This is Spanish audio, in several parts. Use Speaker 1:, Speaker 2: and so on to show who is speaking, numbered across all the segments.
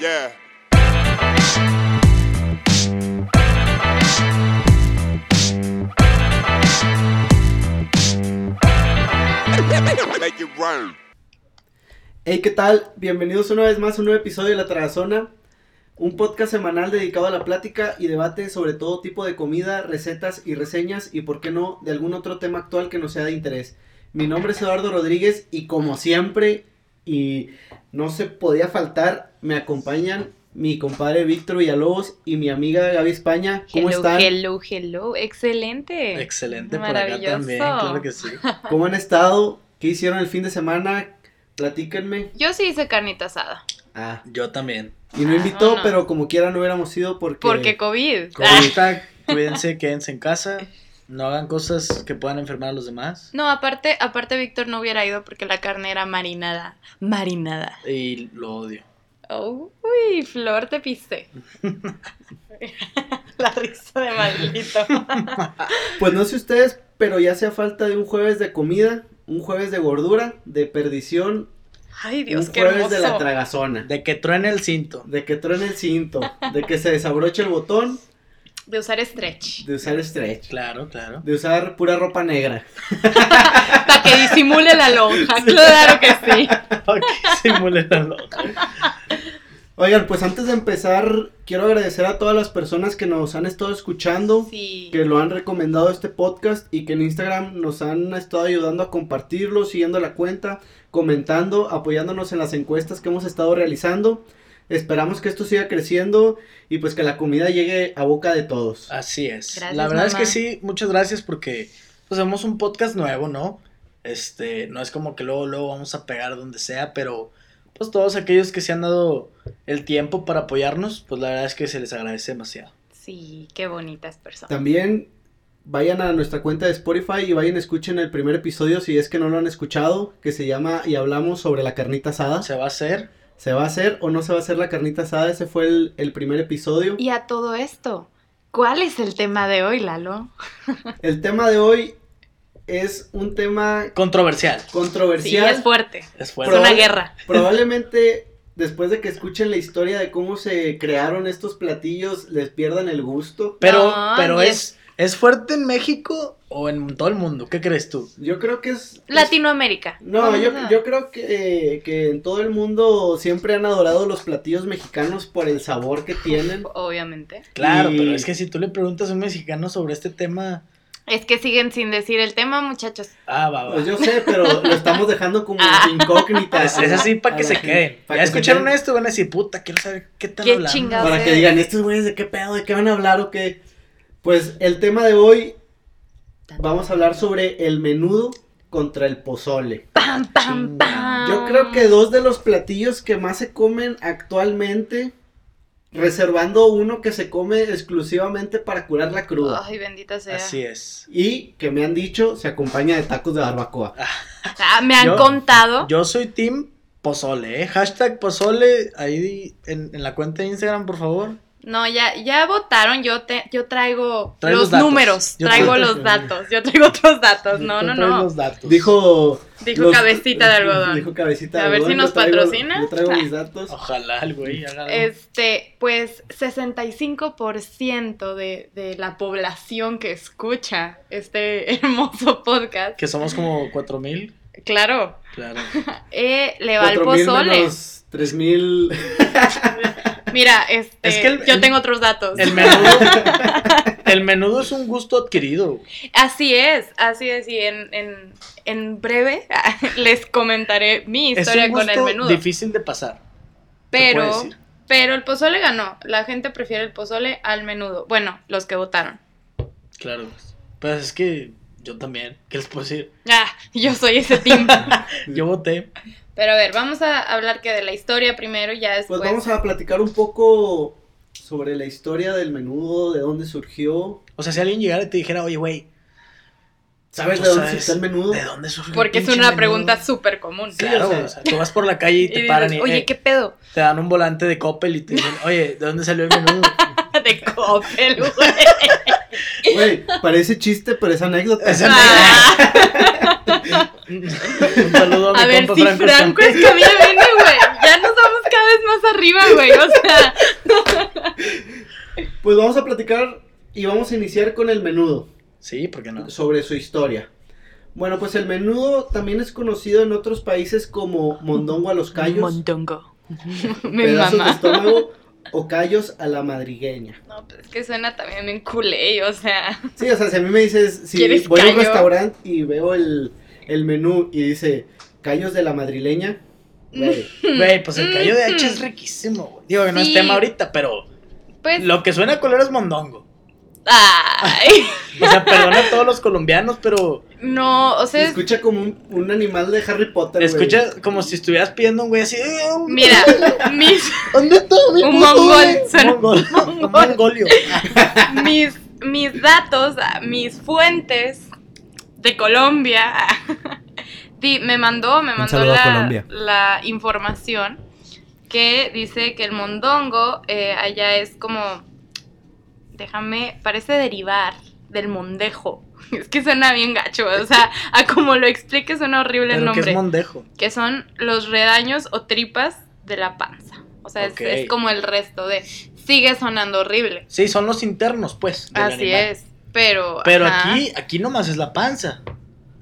Speaker 1: Yeah. Make it rain.
Speaker 2: Hey, ¿qué tal? Bienvenidos una vez más a un nuevo episodio de La Tarazona, un podcast semanal dedicado a la plática y debate sobre todo tipo de comida, recetas y reseñas y, por qué no, de algún otro tema actual que nos sea de interés. Mi nombre es Eduardo Rodríguez y, como siempre, y no se podía faltar, me acompañan mi compadre Víctor Villalobos y mi amiga Gaby España. ¿Cómo
Speaker 3: hello,
Speaker 2: están?
Speaker 3: hello, hello. Excelente.
Speaker 4: Excelente por acá
Speaker 3: Maravilloso.
Speaker 4: también, claro que sí.
Speaker 2: ¿Cómo han estado? ¿Qué hicieron el fin de semana? Platíquenme.
Speaker 3: Yo sí hice carnita asada.
Speaker 2: Ah,
Speaker 4: Yo también.
Speaker 2: y no invitó,
Speaker 3: Vámonos.
Speaker 2: pero como quiera no hubiéramos ido porque...
Speaker 3: Porque COVID. Ah,
Speaker 4: Ahorita cuídense, quédense en casa, no hagan cosas que puedan enfermar a los demás.
Speaker 3: No, aparte, aparte Víctor no hubiera ido porque la carne era marinada. Marinada. Oh,
Speaker 4: Y lo odio.
Speaker 3: Uy, Flor, te pisé. la risa de maldito.
Speaker 2: Pues no sé ustedes, pero ya hacía falta de un jueves de comida, un jueves de gordura, de perdición,
Speaker 3: Ay, Dios,
Speaker 2: un
Speaker 3: qué
Speaker 2: jueves de la
Speaker 3: hermoso.
Speaker 2: tragazona,
Speaker 4: De que truene el cinto.
Speaker 2: de que truene el cinto, de que se desabroche el botón,
Speaker 3: De usar stretch.
Speaker 2: de usar stretch,
Speaker 4: Claro, claro.
Speaker 2: de usar pura ropa negra.
Speaker 3: Para que disimule la lonja. Claro que sí.
Speaker 4: Para que simule la loca.
Speaker 2: Oigan, pues antes de empezar, quiero agradecer a todas las personas que nos han estado escuchando.
Speaker 3: Sí.
Speaker 2: que lo han recomendado este podcast y que en Instagram nos han estado ayudando a compartirlo, siguiendo la cuenta, comentando, apoyándonos en las encuestas que hemos estado realizando. Esperamos que esto siga creciendo y pues que la comida llegue a boca de todos.
Speaker 4: Así es.
Speaker 3: Gracias,
Speaker 4: la verdad es
Speaker 3: mamá.
Speaker 4: que sí, muchas gracias porque pues somos un podcast nuevo, ¿no? Este, no es como que luego luego vamos a pegar donde sea, pero pues todos aquellos que se han dado el tiempo para apoyarnos, pues la verdad es que se les agradece demasiado.
Speaker 3: Sí, qué bonitas personas.
Speaker 2: También vayan a nuestra cuenta de Spotify y vayan escuchen el primer episodio si es que no lo han escuchado, que se llama y hablamos sobre la carnita asada.
Speaker 4: Se va a hacer
Speaker 2: ¿Se va a hacer o no se va a hacer la carnita asada? Ese fue el, el primer episodio.
Speaker 3: Y a todo esto, ¿cuál es el tema de hoy, Lalo?
Speaker 2: El tema de hoy es un tema
Speaker 4: controversial.
Speaker 3: Sí,
Speaker 2: controversial.
Speaker 3: es fuerte.
Speaker 4: Es
Speaker 3: Es
Speaker 4: fuerte.
Speaker 2: Pero-
Speaker 3: una guerra.
Speaker 2: Probablemente después de que escuchen la historia de cómo se crearon estos platillos, les pierdan el gusto.
Speaker 4: Pero,
Speaker 3: No,
Speaker 4: pero
Speaker 3: ni
Speaker 4: es, es fuerte en México o en todo el mundo. ¿Qué crees tú?
Speaker 2: Yo creo que es... es-
Speaker 3: Latinoamérica.
Speaker 2: no,
Speaker 3: Vamos
Speaker 2: yo,
Speaker 3: a-
Speaker 2: yo creo que, que en todo el mundo siempre han adorado los platillos mexicanos por el sabor que tienen.
Speaker 3: Obviamente.
Speaker 4: Claro,
Speaker 2: Y-
Speaker 4: pero es que si tú le preguntas a un mexicano sobre este tema,
Speaker 3: Es que siguen sin decir el tema, muchachos.
Speaker 4: ah, va, va.
Speaker 2: Pues yo sé, pero lo estamos dejando como
Speaker 3: Ah.
Speaker 2: incógnita.
Speaker 4: Es, es así para
Speaker 2: a
Speaker 4: que
Speaker 2: la
Speaker 4: se
Speaker 2: gente,
Speaker 4: queden.
Speaker 2: pa'
Speaker 4: ya
Speaker 2: que se
Speaker 4: escucharon
Speaker 2: queden,
Speaker 4: esto, van a decir, puta, quiero saber qué están
Speaker 3: Qué
Speaker 4: hablando.
Speaker 3: chingados.
Speaker 2: Para
Speaker 3: No
Speaker 2: que
Speaker 3: sé.
Speaker 2: digan, estos güeyes de qué pedo, de qué van a hablar o qué. Pues el tema de hoy vamos a hablar sobre el menudo contra el pozole.
Speaker 3: ¡Pam, pam,
Speaker 4: Chinga.
Speaker 3: pam!
Speaker 2: Yo creo
Speaker 3: Ah.
Speaker 2: que dos de los platillos que más se comen actualmente, reservando uno que se come exclusivamente para curar la cruda.
Speaker 3: Ay, bendita sea.
Speaker 4: Así es.
Speaker 2: Y que me han dicho se acompaña de tacos de barbacoa.
Speaker 3: Ah, me han
Speaker 4: Yo-
Speaker 3: contado.
Speaker 4: Yo soy Team Pozole, ¿eh? Hashtag Pozole ahí en, en la cuenta de Instagram, por favor.
Speaker 3: No, ya, ya votaron. Yo te, yo traigo
Speaker 4: Traes
Speaker 3: los
Speaker 4: los datos.
Speaker 3: números.
Speaker 4: Yo
Speaker 3: traigo
Speaker 2: traigo-
Speaker 3: los datos. Yo traigo otros datos. No,
Speaker 4: Tú
Speaker 3: no,
Speaker 4: traes
Speaker 3: no.
Speaker 4: los datos.
Speaker 2: Dijo.
Speaker 3: Dijo
Speaker 2: los-
Speaker 3: cabecita de algodón.
Speaker 2: Dijo cabecita de
Speaker 3: A ver
Speaker 2: algodón.
Speaker 3: si nos
Speaker 2: yo traigo-
Speaker 3: patrocina. Ah.
Speaker 2: Yo traigo mis datos.
Speaker 4: Ojalá el güey haga algo.
Speaker 3: Este, pues 65% de, de la población que escucha este hermoso podcast,
Speaker 4: Que somos como 4000.
Speaker 3: claro,
Speaker 4: Claro.
Speaker 3: eh, le va al
Speaker 2: 4,000
Speaker 3: pozole.
Speaker 2: menos 3000.
Speaker 3: Mira, este,
Speaker 4: Es que el-
Speaker 3: yo
Speaker 4: el-
Speaker 3: tengo otros datos.
Speaker 4: El menudo, el menudo es un gusto adquirido.
Speaker 3: Así es, así es, y en, en, en breve les comentaré mi historia
Speaker 4: es un
Speaker 3: con el
Speaker 4: gusto
Speaker 3: menudo.
Speaker 4: difícil de pasar. te
Speaker 3: Pero,
Speaker 4: puedo decir.
Speaker 3: pero el pozole ganó. La gente prefiere el pozole al menudo. Bueno, los que votaron.
Speaker 4: Claro. Pues es que yo también. ¿Qué les puedo decir?
Speaker 3: Ah, yo soy ese team.
Speaker 4: Yo voté.
Speaker 3: pero a ver, vamos a hablar que de la historia primero y ya después.
Speaker 2: Pues vamos a platicar un poco sobre la historia del menudo, de dónde surgió.
Speaker 4: O sea, si alguien llegara y te dijera, oye, güey,
Speaker 2: ¿Sabes
Speaker 4: ¿tú
Speaker 2: de dónde surgió el menudo?
Speaker 4: ¿De dónde surgió el
Speaker 3: Porque es
Speaker 4: pinche
Speaker 3: una
Speaker 4: menudo?
Speaker 3: pregunta súper común.
Speaker 2: Sí,
Speaker 4: Claro,
Speaker 2: o sea.
Speaker 4: o sea, tú vas por la calle y te paran y
Speaker 3: Oye,
Speaker 4: eh,
Speaker 3: ¿qué pedo?
Speaker 4: te dan un volante de Coppel y te dicen, oye, ¿de dónde salió el menudo?
Speaker 3: De Coppel, güey.
Speaker 2: Güey, parece chiste, pero es anécdota.
Speaker 4: Es
Speaker 3: Ah,
Speaker 4: un saludo a mi
Speaker 3: a ver,
Speaker 4: compa
Speaker 3: si
Speaker 4: Franco.
Speaker 3: Franco es que a mí me viene, güey. Ya nos vamos cada vez más más arriba, güey. O sea,
Speaker 2: Pues vamos a platicar y vamos a iniciar con el menudo,
Speaker 4: Sí, ¿por qué no?
Speaker 2: sobre su historia. Bueno, pues el menudo también es conocido en otros países como mondongo a los callos,
Speaker 3: Mondongo. Mi
Speaker 2: pedazos de
Speaker 3: mamá.
Speaker 2: estómago o callos a la madrigueña.
Speaker 3: No, pero es que suena también bien culé, o sea.
Speaker 2: Sí, o sea, si a mí me dices, si
Speaker 3: ¿Quieres
Speaker 2: voy a un
Speaker 3: callo?
Speaker 2: restaurante y veo el, el menú y dice callos de la madrileña, güey,
Speaker 4: Güey, pues el callo de hacha
Speaker 3: Mm.
Speaker 4: es riquísimo, güey. Digo que no es
Speaker 3: Sí.
Speaker 4: tema ahorita, pero
Speaker 3: Pues.
Speaker 4: lo que suena a color es mondongo.
Speaker 3: Ay.
Speaker 4: O sea, perdona a todos los colombianos, pero
Speaker 3: No, o
Speaker 2: se
Speaker 3: sea. es-
Speaker 2: escucha como un, un animal de Harry Potter. güey.
Speaker 4: escucha como si estuvieras pidiendo un güey así. "Eh, un-
Speaker 3: Mira, mis,
Speaker 4: ¿Dónde está mi
Speaker 3: Un
Speaker 4: puto,
Speaker 3: mongol,
Speaker 4: güey?"
Speaker 3: suena-
Speaker 4: mongol. Un
Speaker 3: mongol.
Speaker 4: mongolio.
Speaker 3: mis, mis datos, ah, mis fuentes de Colombia. di- me mandó, me
Speaker 1: Un
Speaker 3: mandó
Speaker 1: saludo a
Speaker 3: la,
Speaker 1: Colombia.
Speaker 3: la información que dice que el mondongo eh, allá es como. Déjame, parece derivar del mondejo. Es que suena bien gacho, o sea, a como lo explique suena horrible el
Speaker 4: Pero que
Speaker 3: nombre.
Speaker 4: es mondejo.
Speaker 3: que son los redaños o tripas de la panza. O sea, es-
Speaker 4: Ok.
Speaker 3: es, como el resto de... Sigue sonando horrible.
Speaker 4: Sí, son los internos, pues. del
Speaker 3: Así
Speaker 4: animal.
Speaker 3: es. Pero...
Speaker 4: Pero
Speaker 3: ajá.
Speaker 4: aquí, aquí nomás es la panza.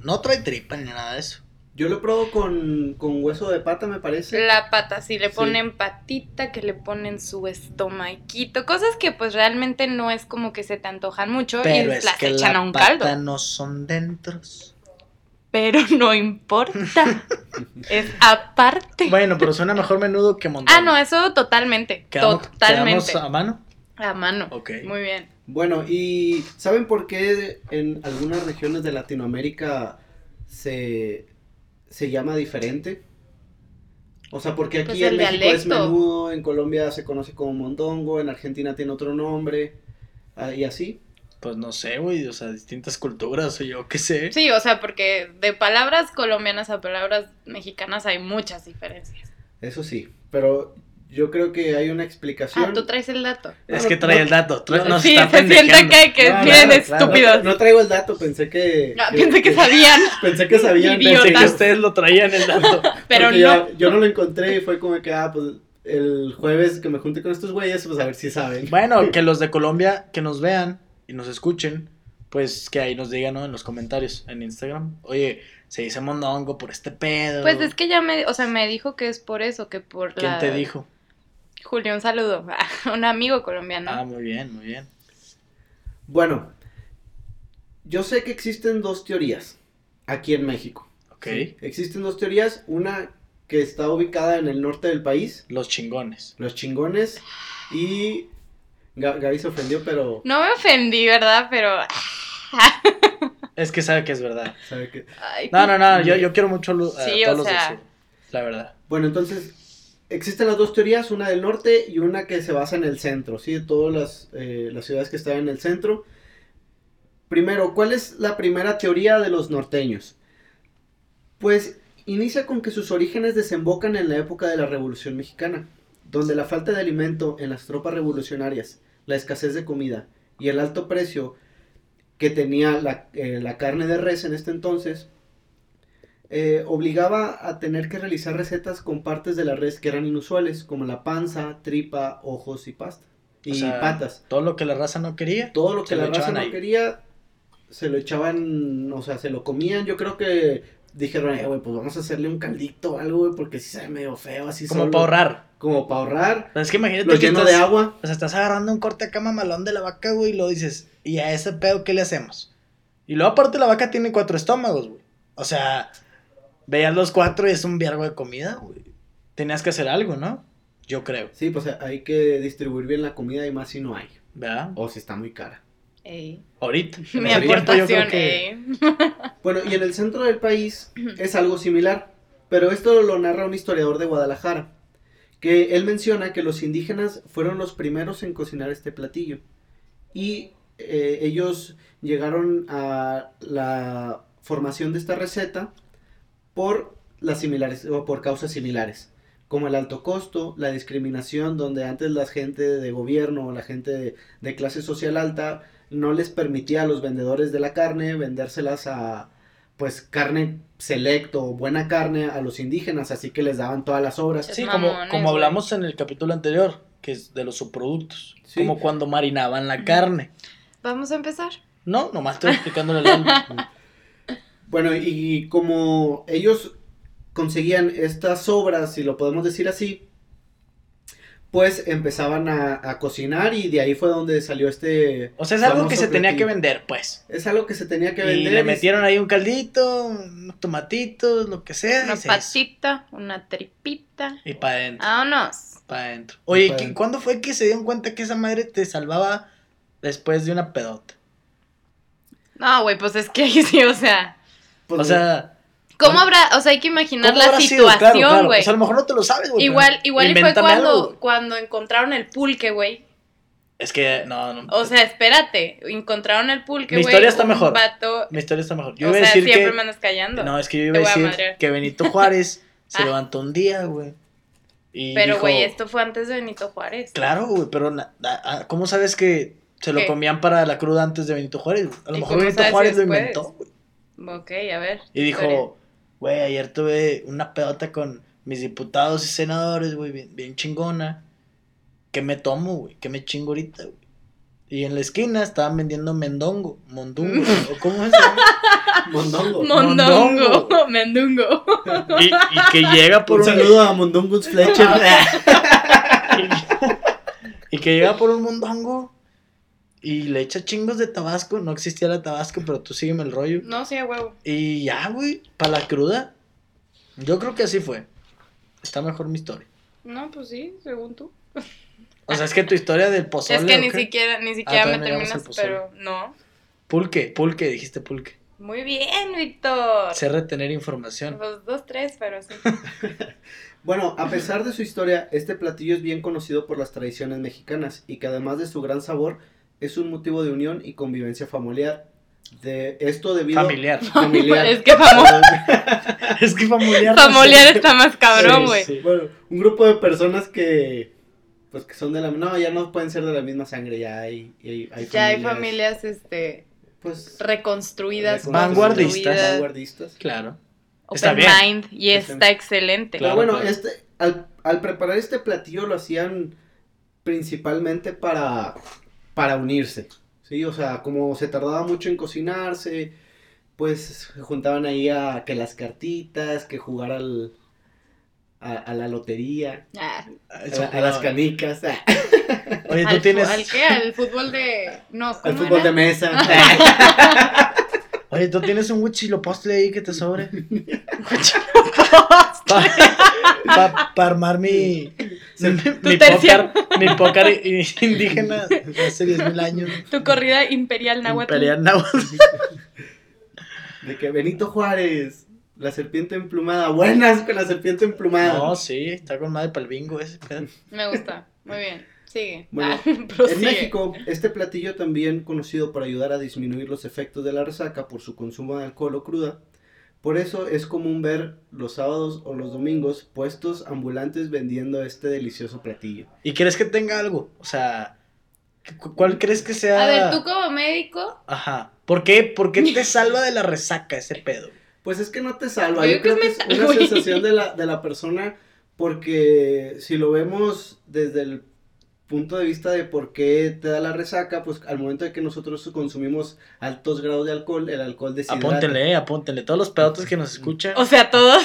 Speaker 4: No trae tripa ni nada de eso.
Speaker 2: Yo lo pruebo con, con hueso de pata, me parece.
Speaker 3: La pata, sí, le
Speaker 2: Sí.
Speaker 3: ponen patita, que le ponen su estomaquito, cosas que pues realmente no es como que se te antojan mucho
Speaker 4: Pero
Speaker 3: y
Speaker 4: es
Speaker 3: las
Speaker 4: que
Speaker 3: echan
Speaker 4: la
Speaker 3: a un
Speaker 4: pata
Speaker 3: caldo.
Speaker 4: no son dentros.
Speaker 3: Pero no importa, es aparte.
Speaker 4: Bueno, pero suena mejor menudo que mondongo.
Speaker 3: ah, no, eso totalmente,
Speaker 4: ¿Quedamos-
Speaker 3: totalmente.
Speaker 4: ¿Quedamos a mano?
Speaker 3: A mano,
Speaker 4: Ok.
Speaker 3: muy bien.
Speaker 2: Bueno, ¿y saben por qué en algunas regiones de Latinoamérica se, se llama diferente? O sea, porque aquí
Speaker 3: Pues
Speaker 2: en
Speaker 3: el
Speaker 2: México es
Speaker 3: dialecto.
Speaker 2: menudo, en Colombia se conoce como mondongo, en Argentina tiene otro nombre, ah, y así.
Speaker 4: Pues no sé, güey, o sea, distintas culturas o yo qué sé.
Speaker 3: Sí, o sea, porque de palabras colombianas a palabras mexicanas hay muchas diferencias.
Speaker 2: Eso sí, pero yo creo que hay una explicación.
Speaker 3: Ah, tú traes el dato.
Speaker 4: Es que trae el dato, trae, nos
Speaker 3: sí,
Speaker 4: está
Speaker 3: se siente
Speaker 4: pendejando.
Speaker 3: que, que
Speaker 2: No,
Speaker 3: bien
Speaker 2: claro, claro.
Speaker 3: estúpidos.
Speaker 2: No traigo el dato, pensé que...
Speaker 3: Ah, pensé que sabían,
Speaker 2: Pensé que sabían.
Speaker 3: Idiota.
Speaker 4: Pensé que ustedes lo traían el dato.
Speaker 3: pero
Speaker 2: Porque ya-
Speaker 3: no.
Speaker 2: yo no lo encontré y fue como que, ah, pues el jueves que me junte con estos güeyes, pues a ver si saben.
Speaker 4: Bueno, que los de Colombia que nos vean y nos escuchen, pues que ahí nos digan, ¿no? En los comentarios, en Instagram. Oye, se dice mondongo por este pedo.
Speaker 3: Pues es que ya me, o sea, me dijo que es por eso, que por
Speaker 4: ¿Quién
Speaker 3: la...
Speaker 4: te dijo?
Speaker 3: Julio, un saludo, ah, un amigo colombiano.
Speaker 4: Ah, muy bien, muy bien.
Speaker 2: Bueno, yo sé que existen dos teorías aquí en México.
Speaker 4: Ok.
Speaker 2: Sí, Existen dos teorías, una que está ubicada en el norte del país,
Speaker 4: Los chingones.
Speaker 2: los chingones, y Ga- Gaby se ofendió, pero
Speaker 3: No me ofendí, ¿verdad? Pero... ah,
Speaker 4: Es que sabe que es verdad.
Speaker 2: sabe que...
Speaker 3: Ay,
Speaker 4: No, no, no, yo, yo quiero mucho lu- a
Speaker 3: Sí,
Speaker 4: todos
Speaker 3: o
Speaker 4: los
Speaker 3: sea.
Speaker 4: del sur, la verdad.
Speaker 2: Bueno, entonces, existen las dos teorías, una del norte y una que se basa en el centro, ¿sí? De todas las, eh, las ciudades que están en el centro. Primero, ¿cuál es la primera teoría de los norteños? Pues inicia con que sus orígenes desembocan en la época de la Revolución Mexicana, donde la falta de alimento en las tropas revolucionarias, la escasez de comida y el alto precio que tenía la, eh, la carne de res en este entonces, eh, obligaba a tener que realizar recetas con partes de la res que eran inusuales, como la panza, tripa, ojos y pasta. Y
Speaker 4: O sea,
Speaker 2: patas.
Speaker 4: Todo lo que la raza no quería.
Speaker 2: Todo lo
Speaker 4: se
Speaker 2: que
Speaker 4: lo
Speaker 2: la raza
Speaker 4: echaban
Speaker 2: no
Speaker 4: ahí.
Speaker 2: quería, se lo echaban, o sea, se lo comían. Yo creo que dijeron, eh, güey, pues vamos a hacerle un caldito o algo, güey, porque si se ve medio feo, así
Speaker 4: Como
Speaker 2: solo".
Speaker 4: para ahorrar.
Speaker 2: Como para ahorrar.
Speaker 4: O sea, Es que imagínate
Speaker 2: Lo
Speaker 4: que
Speaker 2: lleno
Speaker 4: estás-
Speaker 2: de agua.
Speaker 4: O sea, pues, estás agarrando un corte acá mamalón de la vaca, güey, y lo dices, ¿y a ese pedo qué le hacemos? Y luego, aparte, la vaca tiene cuatro estómagos, güey. O sea, veías los cuatro y es un viergo de comida, güey. Tenías que hacer algo, ¿no? Yo creo,
Speaker 2: Sí, pues hay que distribuir bien la comida y más si no hay.
Speaker 4: ¿verdad?
Speaker 2: O si está muy cara.
Speaker 3: ey,
Speaker 4: Ahorita. en
Speaker 3: Mi
Speaker 4: el tiempo, yo creo
Speaker 3: aportación,
Speaker 4: que-
Speaker 3: ey.
Speaker 2: Bueno, y en el centro del país es algo similar, pero esto lo narra un historiador de Guadalajara, que él menciona que los indígenas fueron los primeros en cocinar este platillo y eh, ellos llegaron a la formación de esta receta por las similares o por causas similares, como el alto costo, la discriminación, donde antes la gente de gobierno o la gente de- de clase social alta no les permitía a los vendedores de la carne vendérselas a, pues carne selecto, buena carne a los indígenas, así que les daban todas las obras.
Speaker 3: Los
Speaker 4: Sí, como,
Speaker 3: mamones,
Speaker 4: como
Speaker 3: güey.
Speaker 4: hablamos en el capítulo anterior, que es de los subproductos.
Speaker 2: Sí.
Speaker 4: Como cuando marinaban la carne.
Speaker 3: Vamos a empezar.
Speaker 4: No, nomás estoy explicándole el alma.
Speaker 2: Bueno, y como ellos conseguían estas obras, si lo podemos decir así, pues empezaban a, a cocinar y de ahí fue donde salió este...
Speaker 4: O sea, es algo
Speaker 2: famoso
Speaker 4: que se tenía que
Speaker 2: platillo.
Speaker 4: vender, pues.
Speaker 2: Es algo que se tenía que
Speaker 4: Y
Speaker 2: vender.
Speaker 4: le
Speaker 2: y-
Speaker 4: metieron ahí un caldito, unos tomatitos, lo que sea.
Speaker 3: Una
Speaker 4: y se hizo.
Speaker 3: patita, Ah. una tripita.
Speaker 4: Y para adentro.
Speaker 3: Vámonos.
Speaker 4: Para adentro.
Speaker 2: Y
Speaker 4: Oye,
Speaker 2: pa'
Speaker 4: ¿qué-
Speaker 2: dentro.
Speaker 4: ¿cuándo fue que se dieron cuenta que esa madre te salvaba después de una pedota?
Speaker 3: No, güey, pues es que ahí sí, o sea.
Speaker 2: pues,
Speaker 4: o sea,
Speaker 3: ¿Cómo
Speaker 4: ¿Cómo-
Speaker 3: habrá, o sea, hay que imaginar
Speaker 4: ¿cómo
Speaker 3: la
Speaker 4: habrá sido? Claro,
Speaker 3: situación,
Speaker 4: claro.
Speaker 3: güey?
Speaker 4: O sea, a lo mejor no te lo sabes, güey. pero
Speaker 3: Igual, igual y fue
Speaker 4: invéntame
Speaker 3: cuando,
Speaker 4: algo, güey.
Speaker 3: cuando encontraron el pulque, güey.
Speaker 4: es que, no, no.
Speaker 3: O sea, espérate, encontraron el pulque,
Speaker 4: Mi
Speaker 3: güey.
Speaker 4: historia está
Speaker 3: un
Speaker 4: mejor.
Speaker 3: vato-
Speaker 4: mi historia está mejor. Yo
Speaker 3: o
Speaker 4: iba a
Speaker 3: sea,
Speaker 4: decir
Speaker 3: siempre
Speaker 4: que...
Speaker 3: me andas callando.
Speaker 4: No, es que yo iba a
Speaker 3: Te voy a
Speaker 4: decir
Speaker 3: madrear.
Speaker 4: que Benito Juárez se
Speaker 3: Ah.
Speaker 4: levantó un día, güey. y
Speaker 3: Pero,
Speaker 4: dijo,
Speaker 3: güey, esto fue antes de Benito Juárez.
Speaker 4: Claro, güey, pero na- na- ah, ¿cómo sabes que se lo
Speaker 3: ¿Qué?
Speaker 4: comían para la cruda antes de Benito Juárez? güey? A lo
Speaker 3: ¿Y
Speaker 4: mejor
Speaker 3: cómo
Speaker 4: Benito
Speaker 3: sabes si
Speaker 4: Juárez lo
Speaker 3: después?
Speaker 4: inventó, güey.
Speaker 3: Ok, a ver.
Speaker 4: Y
Speaker 3: historia.
Speaker 4: dijo, güey, ayer tuve una pedota con mis diputados y senadores, güey, bien, bien chingona. ¿Qué me tomo, güey? ¿Qué me chingo ahorita, güey? Y en la esquina estaban vendiendo mendongo, mondongo, ¿o ¿cómo es?
Speaker 2: Mondongo.
Speaker 3: Mondongo,
Speaker 4: Mondongo.
Speaker 3: mendungo.
Speaker 4: y, y que llega por
Speaker 2: Un
Speaker 4: un,
Speaker 2: saludo a Mondongus Fletcher.
Speaker 4: y que llega por un mondongo y le echa chingos de tabasco. No existía la tabasco, pero tú sígueme el rollo.
Speaker 3: No, sí, a huevo.
Speaker 4: Y ya, güey, para la cruda. Yo creo que así fue. Está mejor mi historia.
Speaker 3: No, pues sí, según tú.
Speaker 4: O sea, es que tu historia del pozole.
Speaker 3: es que
Speaker 4: ¿o
Speaker 3: ni
Speaker 4: qué? Ah,
Speaker 3: siquiera, ni siquiera
Speaker 4: todavía
Speaker 3: me
Speaker 4: no llegamos
Speaker 3: terminas,
Speaker 4: al pozole.
Speaker 3: pero no.
Speaker 4: Pulque, pulque, dijiste pulque.
Speaker 3: Muy bien, Víctor.
Speaker 4: Sé retener información.
Speaker 3: Los dos, tres, pero sí.
Speaker 2: Bueno, a pesar de su historia, este platillo es bien conocido por las tradiciones mexicanas y que además de su gran sabor, es un motivo de unión y convivencia familiar. De esto debido
Speaker 4: Familiar.
Speaker 2: familiar.
Speaker 3: es que famo-
Speaker 4: es que familiar. no sé.
Speaker 3: familiar está más cabrón,
Speaker 4: Sí,
Speaker 3: güey.
Speaker 4: sí.
Speaker 2: Bueno, un grupo de personas que pues que son de la no, ya no pueden ser de la misma sangre, ya hay hay, hay
Speaker 3: Ya hay
Speaker 2: familias,
Speaker 3: familias este
Speaker 2: pues
Speaker 3: reconstruidas,
Speaker 4: Vanguardistas.
Speaker 3: construidas,
Speaker 2: vanguardistas.
Speaker 4: Claro.
Speaker 3: open
Speaker 4: Está bien.
Speaker 3: mind y
Speaker 2: Está
Speaker 3: está
Speaker 2: bien.
Speaker 3: excelente.
Speaker 4: Claro,
Speaker 2: Pero bueno,
Speaker 4: claro.
Speaker 2: este al, al preparar este platillo lo hacían principalmente para para unirse. Sí, o sea, como se tardaba mucho en cocinarse, pues se juntaban ahí a que las cartitas, que jugar al a, a la lotería,
Speaker 3: Ah,
Speaker 2: a, la- a las canicas, ah,
Speaker 4: Eh, Oye,
Speaker 3: al,
Speaker 4: tú
Speaker 3: fu-
Speaker 4: tienes.
Speaker 3: ¿Al qué? Al fútbol de no,
Speaker 2: al
Speaker 3: ¿cómo
Speaker 2: fútbol
Speaker 3: era?
Speaker 2: de mesa. ah.
Speaker 4: Oye, tú tienes un huichilo postre ahí que te sobre. Para armar mi. mi, mi
Speaker 3: tercia.
Speaker 4: pócar, mi pócar i- indígena de hace 10.000 años.
Speaker 3: Tu corrida imperial náhuatl.
Speaker 4: Imperial náhuatl.
Speaker 2: De que Benito Juárez, la serpiente emplumada, buenas con la serpiente
Speaker 3: Ah.
Speaker 2: emplumada.
Speaker 4: No, sí, está con madre para el bingo ese. pedo.
Speaker 3: Me gusta. Muy bien. Sigue.
Speaker 2: Bueno,
Speaker 3: Ah,
Speaker 2: En
Speaker 3: prosigue.
Speaker 2: México, este platillo también conocido por ayudar a disminuir los efectos de la resaca por su consumo de alcohol o cruda. Por eso es común ver los sábados o los domingos puestos ambulantes vendiendo este delicioso platillo.
Speaker 4: ¿Y crees que tenga algo? O sea, cu- ¿cuál crees que sea?
Speaker 3: A ver, tú como médico,
Speaker 4: Ajá. ¿Por qué? ¿Por qué te salva de la resaca ese pedo?
Speaker 2: Pues es que no te salva,
Speaker 3: Yo
Speaker 2: yo creo que es
Speaker 3: mental,
Speaker 2: una
Speaker 3: güey.
Speaker 2: sensación de la, de la persona porque si lo vemos desde el punto de vista de por qué te da la resaca, pues al momento de que nosotros consumimos altos grados de alcohol, el alcohol deshidrata.
Speaker 4: Apóntenle, eh, apóntenle. Todos los pedotes que
Speaker 2: Mm.
Speaker 4: nos escuchan,
Speaker 3: o sea, todos.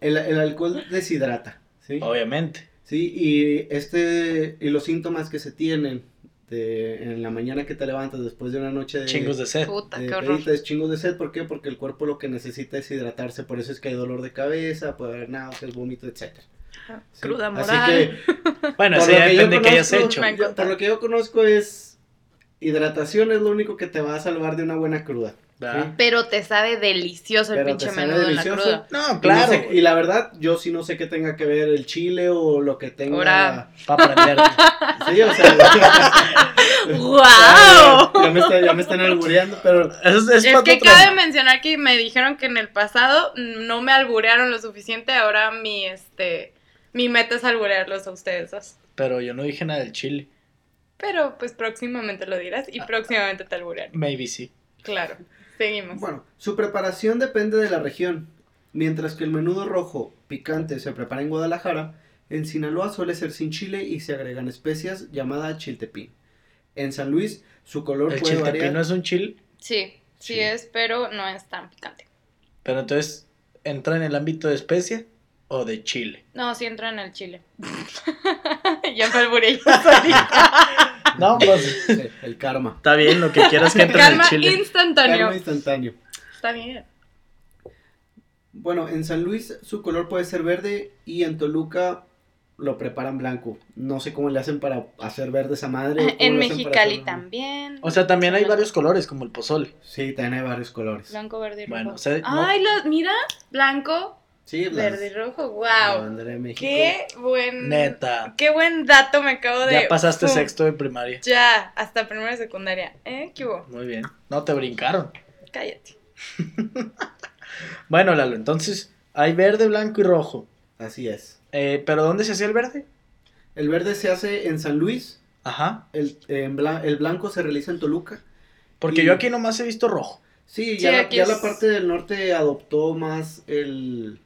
Speaker 2: El, el alcohol deshidrata, ¿sí?
Speaker 4: obviamente.
Speaker 2: Sí, y este y los síntomas que se tienen de- en la mañana que te levantas después de una noche de
Speaker 4: Chingos de sed.
Speaker 3: Puta,
Speaker 2: de
Speaker 3: qué horror.
Speaker 2: peditas, chingos de sed, ¿por qué? Porque el cuerpo lo que necesita es hidratarse, por eso es que hay dolor de cabeza, puede haber náuseas, vómito, etcétera.
Speaker 3: Ah,
Speaker 2: Sí,
Speaker 3: Cruda moral.
Speaker 2: Así que,
Speaker 4: Bueno,
Speaker 2: por
Speaker 4: eso
Speaker 2: lo
Speaker 4: ya
Speaker 2: que yo
Speaker 4: depende de qué hayas
Speaker 2: conozco,
Speaker 4: hecho.
Speaker 3: me-
Speaker 2: yo- por lo que yo conozco es hidratación es lo único que te va a salvar de una buena cruda.
Speaker 4: ¿verdad?
Speaker 3: Pero te sabe delicioso el
Speaker 2: Pero
Speaker 3: pinche
Speaker 2: te sabe
Speaker 3: menudo en la
Speaker 2: delicioso.
Speaker 3: cruda.
Speaker 4: No,
Speaker 2: Y no
Speaker 4: claro.
Speaker 2: sé- y la verdad, yo sí no sé qué tenga que ver el chile o lo que tenga.
Speaker 3: Ahora.
Speaker 4: Para aprender.
Speaker 2: Sí, o sea,
Speaker 3: ¡Wow!
Speaker 2: ya, me está- ya me están albureando, pero
Speaker 4: Eso es,
Speaker 3: Es
Speaker 4: para
Speaker 3: que
Speaker 4: otro-
Speaker 3: cabe mencionar que me dijeron que en el pasado mm, no me alburearon lo suficiente, ahora mi este mi meta es alburearlos a ustedes dos.
Speaker 4: Pero yo no dije nada del chile.
Speaker 3: Pero pues próximamente lo dirás y próximamente te alburearé.
Speaker 4: Maybe sí.
Speaker 3: Claro, seguimos.
Speaker 2: Bueno, su preparación depende de la región. Mientras que el menudo rojo picante se prepara en Guadalajara, en Sinaloa suele ser sin chile y se agregan especias llamada chiltepín. En San Luis su color
Speaker 4: El
Speaker 2: puede
Speaker 4: chiltepín no
Speaker 2: variar.
Speaker 4: es un chil,
Speaker 3: Sí, sí,
Speaker 2: Sí.
Speaker 3: es, pero no es tan picante.
Speaker 4: pero entonces entra en el ámbito de especia o de chile.
Speaker 3: No, sí entra en el chile. ya me alburé yo solita.
Speaker 4: No, pues
Speaker 2: Sí, el karma.
Speaker 4: está bien lo que quieras que entre en el
Speaker 3: Calma
Speaker 4: chile.
Speaker 2: Karma
Speaker 3: instantáneo.
Speaker 2: instantáneo.
Speaker 3: Está bien.
Speaker 2: Bueno, en San Luis su color puede ser verde y en Toluca lo preparan blanco. No sé cómo le hacen para hacer verde esa madre. o cómo
Speaker 3: Ah, En
Speaker 2: lo hacen para
Speaker 3: Mexicali
Speaker 2: hacerlo.
Speaker 3: también.
Speaker 4: O sea, también hay
Speaker 3: Blanco-
Speaker 4: varios colores, como el pozole.
Speaker 2: Sí, también hay varios colores.
Speaker 3: Blanco, verde y rojo.
Speaker 4: Bueno, o sea, no-
Speaker 3: Ay, los, mira, blanco,
Speaker 2: Sí, las-
Speaker 3: verde y rojo.
Speaker 2: la
Speaker 3: Wow.
Speaker 2: bandera de México.
Speaker 3: Qué buen
Speaker 4: Mm. Neta.
Speaker 3: Qué buen dato me acabo de
Speaker 4: Ya pasaste
Speaker 3: Pum,
Speaker 4: sexto de primaria.
Speaker 3: Ya, hasta primera y secundaria. ¿Eh? ¿Qué hubo?
Speaker 4: Muy bien. No te brincaron.
Speaker 3: Cállate.
Speaker 4: Bueno, Lalo, entonces hay verde, blanco y rojo.
Speaker 2: Así es.
Speaker 4: Eh, ¿Pero dónde se hacía el verde?
Speaker 2: El verde se hace en San Luis,
Speaker 4: Ajá.
Speaker 2: el, en bla- el blanco se realiza en Toluca.
Speaker 4: Porque
Speaker 2: Y-
Speaker 4: yo aquí nomás he visto rojo.
Speaker 2: Sí,
Speaker 3: Sí,
Speaker 2: ya, la-
Speaker 3: aquí
Speaker 2: ya
Speaker 3: es-
Speaker 2: la parte del norte adoptó más el,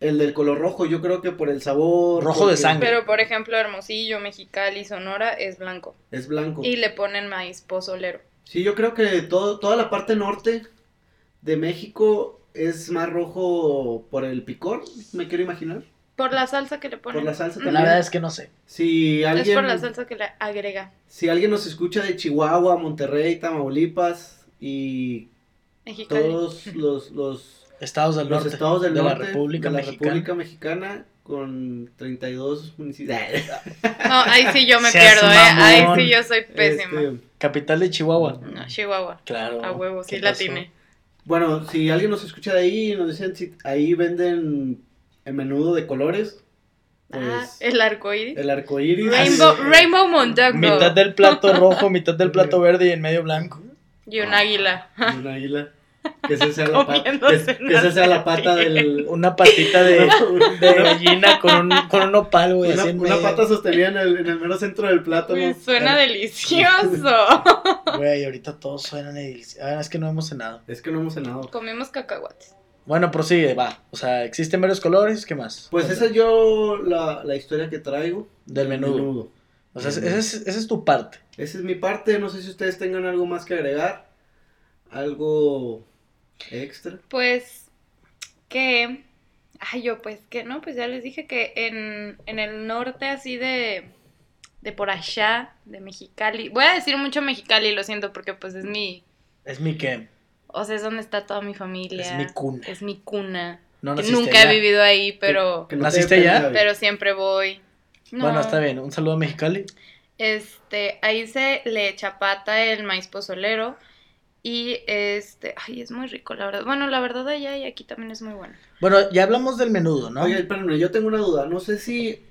Speaker 2: el del color rojo, yo creo que por el sabor.
Speaker 4: Rojo de
Speaker 2: porque
Speaker 4: sangre.
Speaker 3: Pero por ejemplo, Hermosillo, Mexicali, Sonora es blanco.
Speaker 2: Es blanco.
Speaker 3: Y le ponen maíz pozolero.
Speaker 2: Sí, yo creo que todo, toda la parte norte de México es más rojo por el picor, me quiero imaginar.
Speaker 3: Por la salsa que le ponen.
Speaker 2: Por la salsa
Speaker 3: Ujú.
Speaker 2: también.
Speaker 4: La verdad es que no sé.
Speaker 2: Si alguien,
Speaker 3: Es por la salsa que le agrega.
Speaker 2: si alguien nos escucha de Chihuahua, Monterrey, Tamaulipas y
Speaker 3: Mexicali.
Speaker 2: todos los, los
Speaker 4: Estados del
Speaker 2: los
Speaker 4: norte.
Speaker 2: estados del
Speaker 4: de
Speaker 2: norte
Speaker 4: la República
Speaker 2: de la
Speaker 4: Mexicana.
Speaker 2: República Mexicana con 32 municipios.
Speaker 4: Ah,
Speaker 3: No, ahí sí yo me
Speaker 4: Seas
Speaker 3: pierdo, ¿eh? Ahí
Speaker 4: mamón.
Speaker 3: sí yo soy pésima.
Speaker 2: Este,
Speaker 4: Capital de Chihuahua.
Speaker 3: No, Chihuahua.
Speaker 4: Claro.
Speaker 3: A huevo,
Speaker 4: ¿Qué
Speaker 3: sí la
Speaker 4: pasó?
Speaker 3: tiene.
Speaker 2: bueno, si alguien nos escucha de ahí y nos dicen si ahí venden el menudo de colores,
Speaker 3: Ah,
Speaker 2: pues
Speaker 3: el arco iris.
Speaker 2: el arco iris.
Speaker 3: Rainbow,
Speaker 4: Así.
Speaker 3: Rainbow Mondongo.
Speaker 4: Mitad del plato rojo, mitad del plato verde y en medio blanco.
Speaker 3: Y un águila.
Speaker 2: Y un águila. Que esa sea la pata, que,
Speaker 3: Comiéndose
Speaker 2: que esa sea la
Speaker 3: una
Speaker 2: pata del.
Speaker 4: Una patita de, de
Speaker 2: una,
Speaker 4: gallina con un, con un opal, güey. así en
Speaker 2: una
Speaker 4: medio.
Speaker 2: pata sostenida en el, en el mero centro del plátano. Eh,
Speaker 3: Uy, Suena delicioso.
Speaker 4: Güey, ahorita todos suenan y... Ah, es que no hemos cenado.
Speaker 2: Es que no hemos cenado.
Speaker 3: Comimos cacahuates.
Speaker 4: Bueno, prosigue, va. O sea, existen varios colores, ¿qué más?
Speaker 2: Pues esa es yo la, la historia que traigo.
Speaker 4: Del menudo. O sea, esa es, esa es tu parte.
Speaker 2: Esa es mi parte. No sé si ustedes tengan algo más que agregar. Algo extra.
Speaker 3: Pues que. Ay, yo, pues que no, pues ya les dije que en, en el norte, así de. De por allá, de Mexicali. Voy a decir mucho Mexicali, lo siento, porque pues es mi.
Speaker 4: Es mi que...
Speaker 3: O sea, es donde está toda mi familia.
Speaker 4: Es mi cuna.
Speaker 3: Es mi cuna.
Speaker 4: No
Speaker 3: Que
Speaker 4: naciste
Speaker 3: nunca
Speaker 4: allá.
Speaker 3: he vivido ahí, pero.
Speaker 2: Que no te
Speaker 4: ¿Naciste
Speaker 2: dé pena,
Speaker 4: allá?
Speaker 2: güey.
Speaker 3: Pero siempre voy. No,
Speaker 4: Bueno, está bien. Un saludo a Mexicali.
Speaker 3: Este, ahí se le echa pata el maíz pozolero. Y este, ay, es muy rico, la verdad. Bueno, la verdad allá y aquí también es muy bueno.
Speaker 4: Bueno, ya hablamos del menudo, ¿no?
Speaker 2: Oye, espérame, yo tengo una duda. No sé si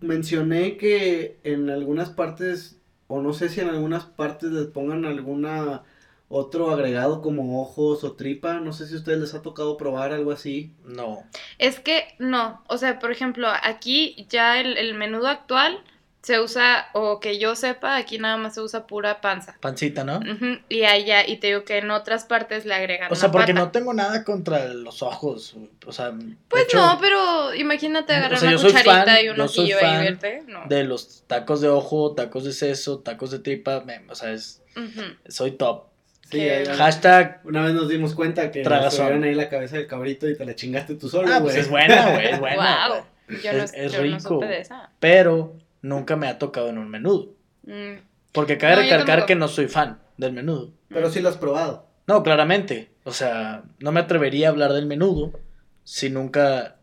Speaker 2: mencioné que en algunas partes, o no sé si en algunas partes les pongan alguna otro agregado como ojos o tripa. No sé si a ustedes les ha tocado probar algo así.
Speaker 4: No.
Speaker 3: Es que no, o sea, por ejemplo, aquí ya el, el menudo actual se usa, o que yo sepa, aquí nada más se usa pura panza.
Speaker 4: Pancita, ¿no?
Speaker 3: Ujú, Y allá, y te digo que en otras partes le agregan
Speaker 4: O sea,
Speaker 3: una
Speaker 4: porque
Speaker 3: pata.
Speaker 4: no tengo nada contra los ojos. O sea, de
Speaker 3: Pues
Speaker 4: hecho,
Speaker 3: no, pero imagínate
Speaker 4: O
Speaker 3: agarrar
Speaker 4: sea,
Speaker 3: una
Speaker 4: yo soy
Speaker 3: cucharita
Speaker 4: fan,
Speaker 3: y un
Speaker 4: yo soy
Speaker 3: ojillo
Speaker 4: fan
Speaker 3: y verte. No.
Speaker 4: De los tacos de ojo, tacos de seso, tacos de tripa. me- o sea, es,
Speaker 3: Ujú.
Speaker 4: soy top.
Speaker 2: Sí,
Speaker 3: Que-
Speaker 2: ahí-
Speaker 4: Hashtag.
Speaker 2: una vez nos dimos cuenta que
Speaker 4: Tragazón.
Speaker 2: nos tuvieron ahí la cabeza del cabrito y te la chingaste tú solo,
Speaker 4: Ah,
Speaker 2: güey.
Speaker 4: pues es buena, güey. Es buena.
Speaker 3: Guau.
Speaker 4: güey.
Speaker 3: Yo no,
Speaker 4: pues, Es- es
Speaker 3: yo no
Speaker 4: rico.
Speaker 3: supe de esa.
Speaker 4: Pero nunca me ha tocado en un menudo.
Speaker 3: Mm.
Speaker 4: Porque cabe
Speaker 3: No, yo
Speaker 4: recalcar
Speaker 3: tampoco.
Speaker 4: que no soy fan del menudo.
Speaker 2: Pero sí lo has probado.
Speaker 4: No, claramente. O sea, no me atrevería a hablar del menudo si nunca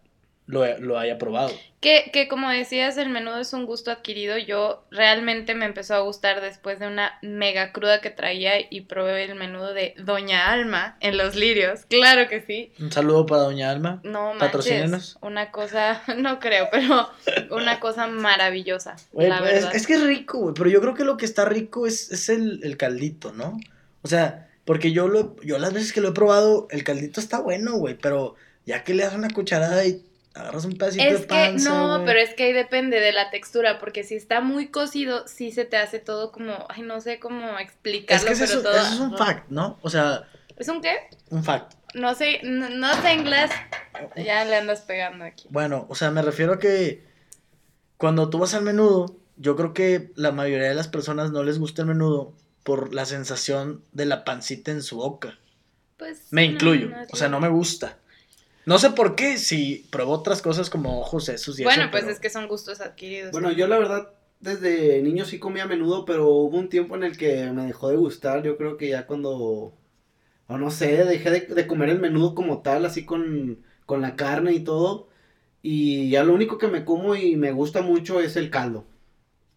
Speaker 4: lo, he- lo haya probado.
Speaker 3: Que, que como decías, el menudo es un gusto adquirido. Yo realmente me empezó a gustar después de una mega cruda que traía y probé el menudo de Doña Alma en Los Lirios. Claro que sí.
Speaker 4: Un saludo para Doña Alma.
Speaker 3: No
Speaker 4: Patrocínenos.
Speaker 3: manches. Una cosa, no creo, pero una cosa maravillosa.
Speaker 4: Güey,
Speaker 3: la
Speaker 4: pues, es,
Speaker 3: verdad.
Speaker 4: es que es rico, güey, pero yo creo que lo que está rico es, es el, el caldito, ¿no? O sea, porque yo lo yo las veces que lo he probado, el caldito está bueno, güey, pero ya que le das una cucharada y Agarras un pedacito
Speaker 3: Es
Speaker 4: de
Speaker 3: que
Speaker 4: panza,
Speaker 3: no,
Speaker 4: güey.
Speaker 3: pero es que ahí depende de la textura, porque si está muy cocido, sí se te hace todo como, ay, no sé cómo
Speaker 4: Es
Speaker 3: explicarlo,
Speaker 4: que eso,
Speaker 3: pero
Speaker 4: eso
Speaker 3: todo.
Speaker 4: es un fact, ¿no? O sea,
Speaker 3: ¿Es un qué?
Speaker 4: un fact.
Speaker 3: No sé, no, no sé inglés. Ya le andas pegando aquí.
Speaker 4: Bueno, o sea, me refiero a que cuando tú vas al menudo, yo creo que la mayoría de las personas no les gusta el menudo por la sensación de la pancita en su boca.
Speaker 3: Pues
Speaker 4: Me
Speaker 3: no,
Speaker 4: incluyo.
Speaker 3: no es
Speaker 4: o sea, no me gusta. No sé por qué, si probó otras cosas como ojos esos y
Speaker 3: Bueno,
Speaker 4: eso,
Speaker 3: pues
Speaker 4: pero-
Speaker 3: es que son gustos adquiridos.
Speaker 2: Bueno, yo la verdad desde niño sí comía a menudo, pero hubo un tiempo en el que me dejó de gustar. Yo creo que ya cuando, o no sé, dejé de, de comer el menudo como tal, así con, con la carne y todo. Y ya lo único que me como y me gusta mucho es el caldo.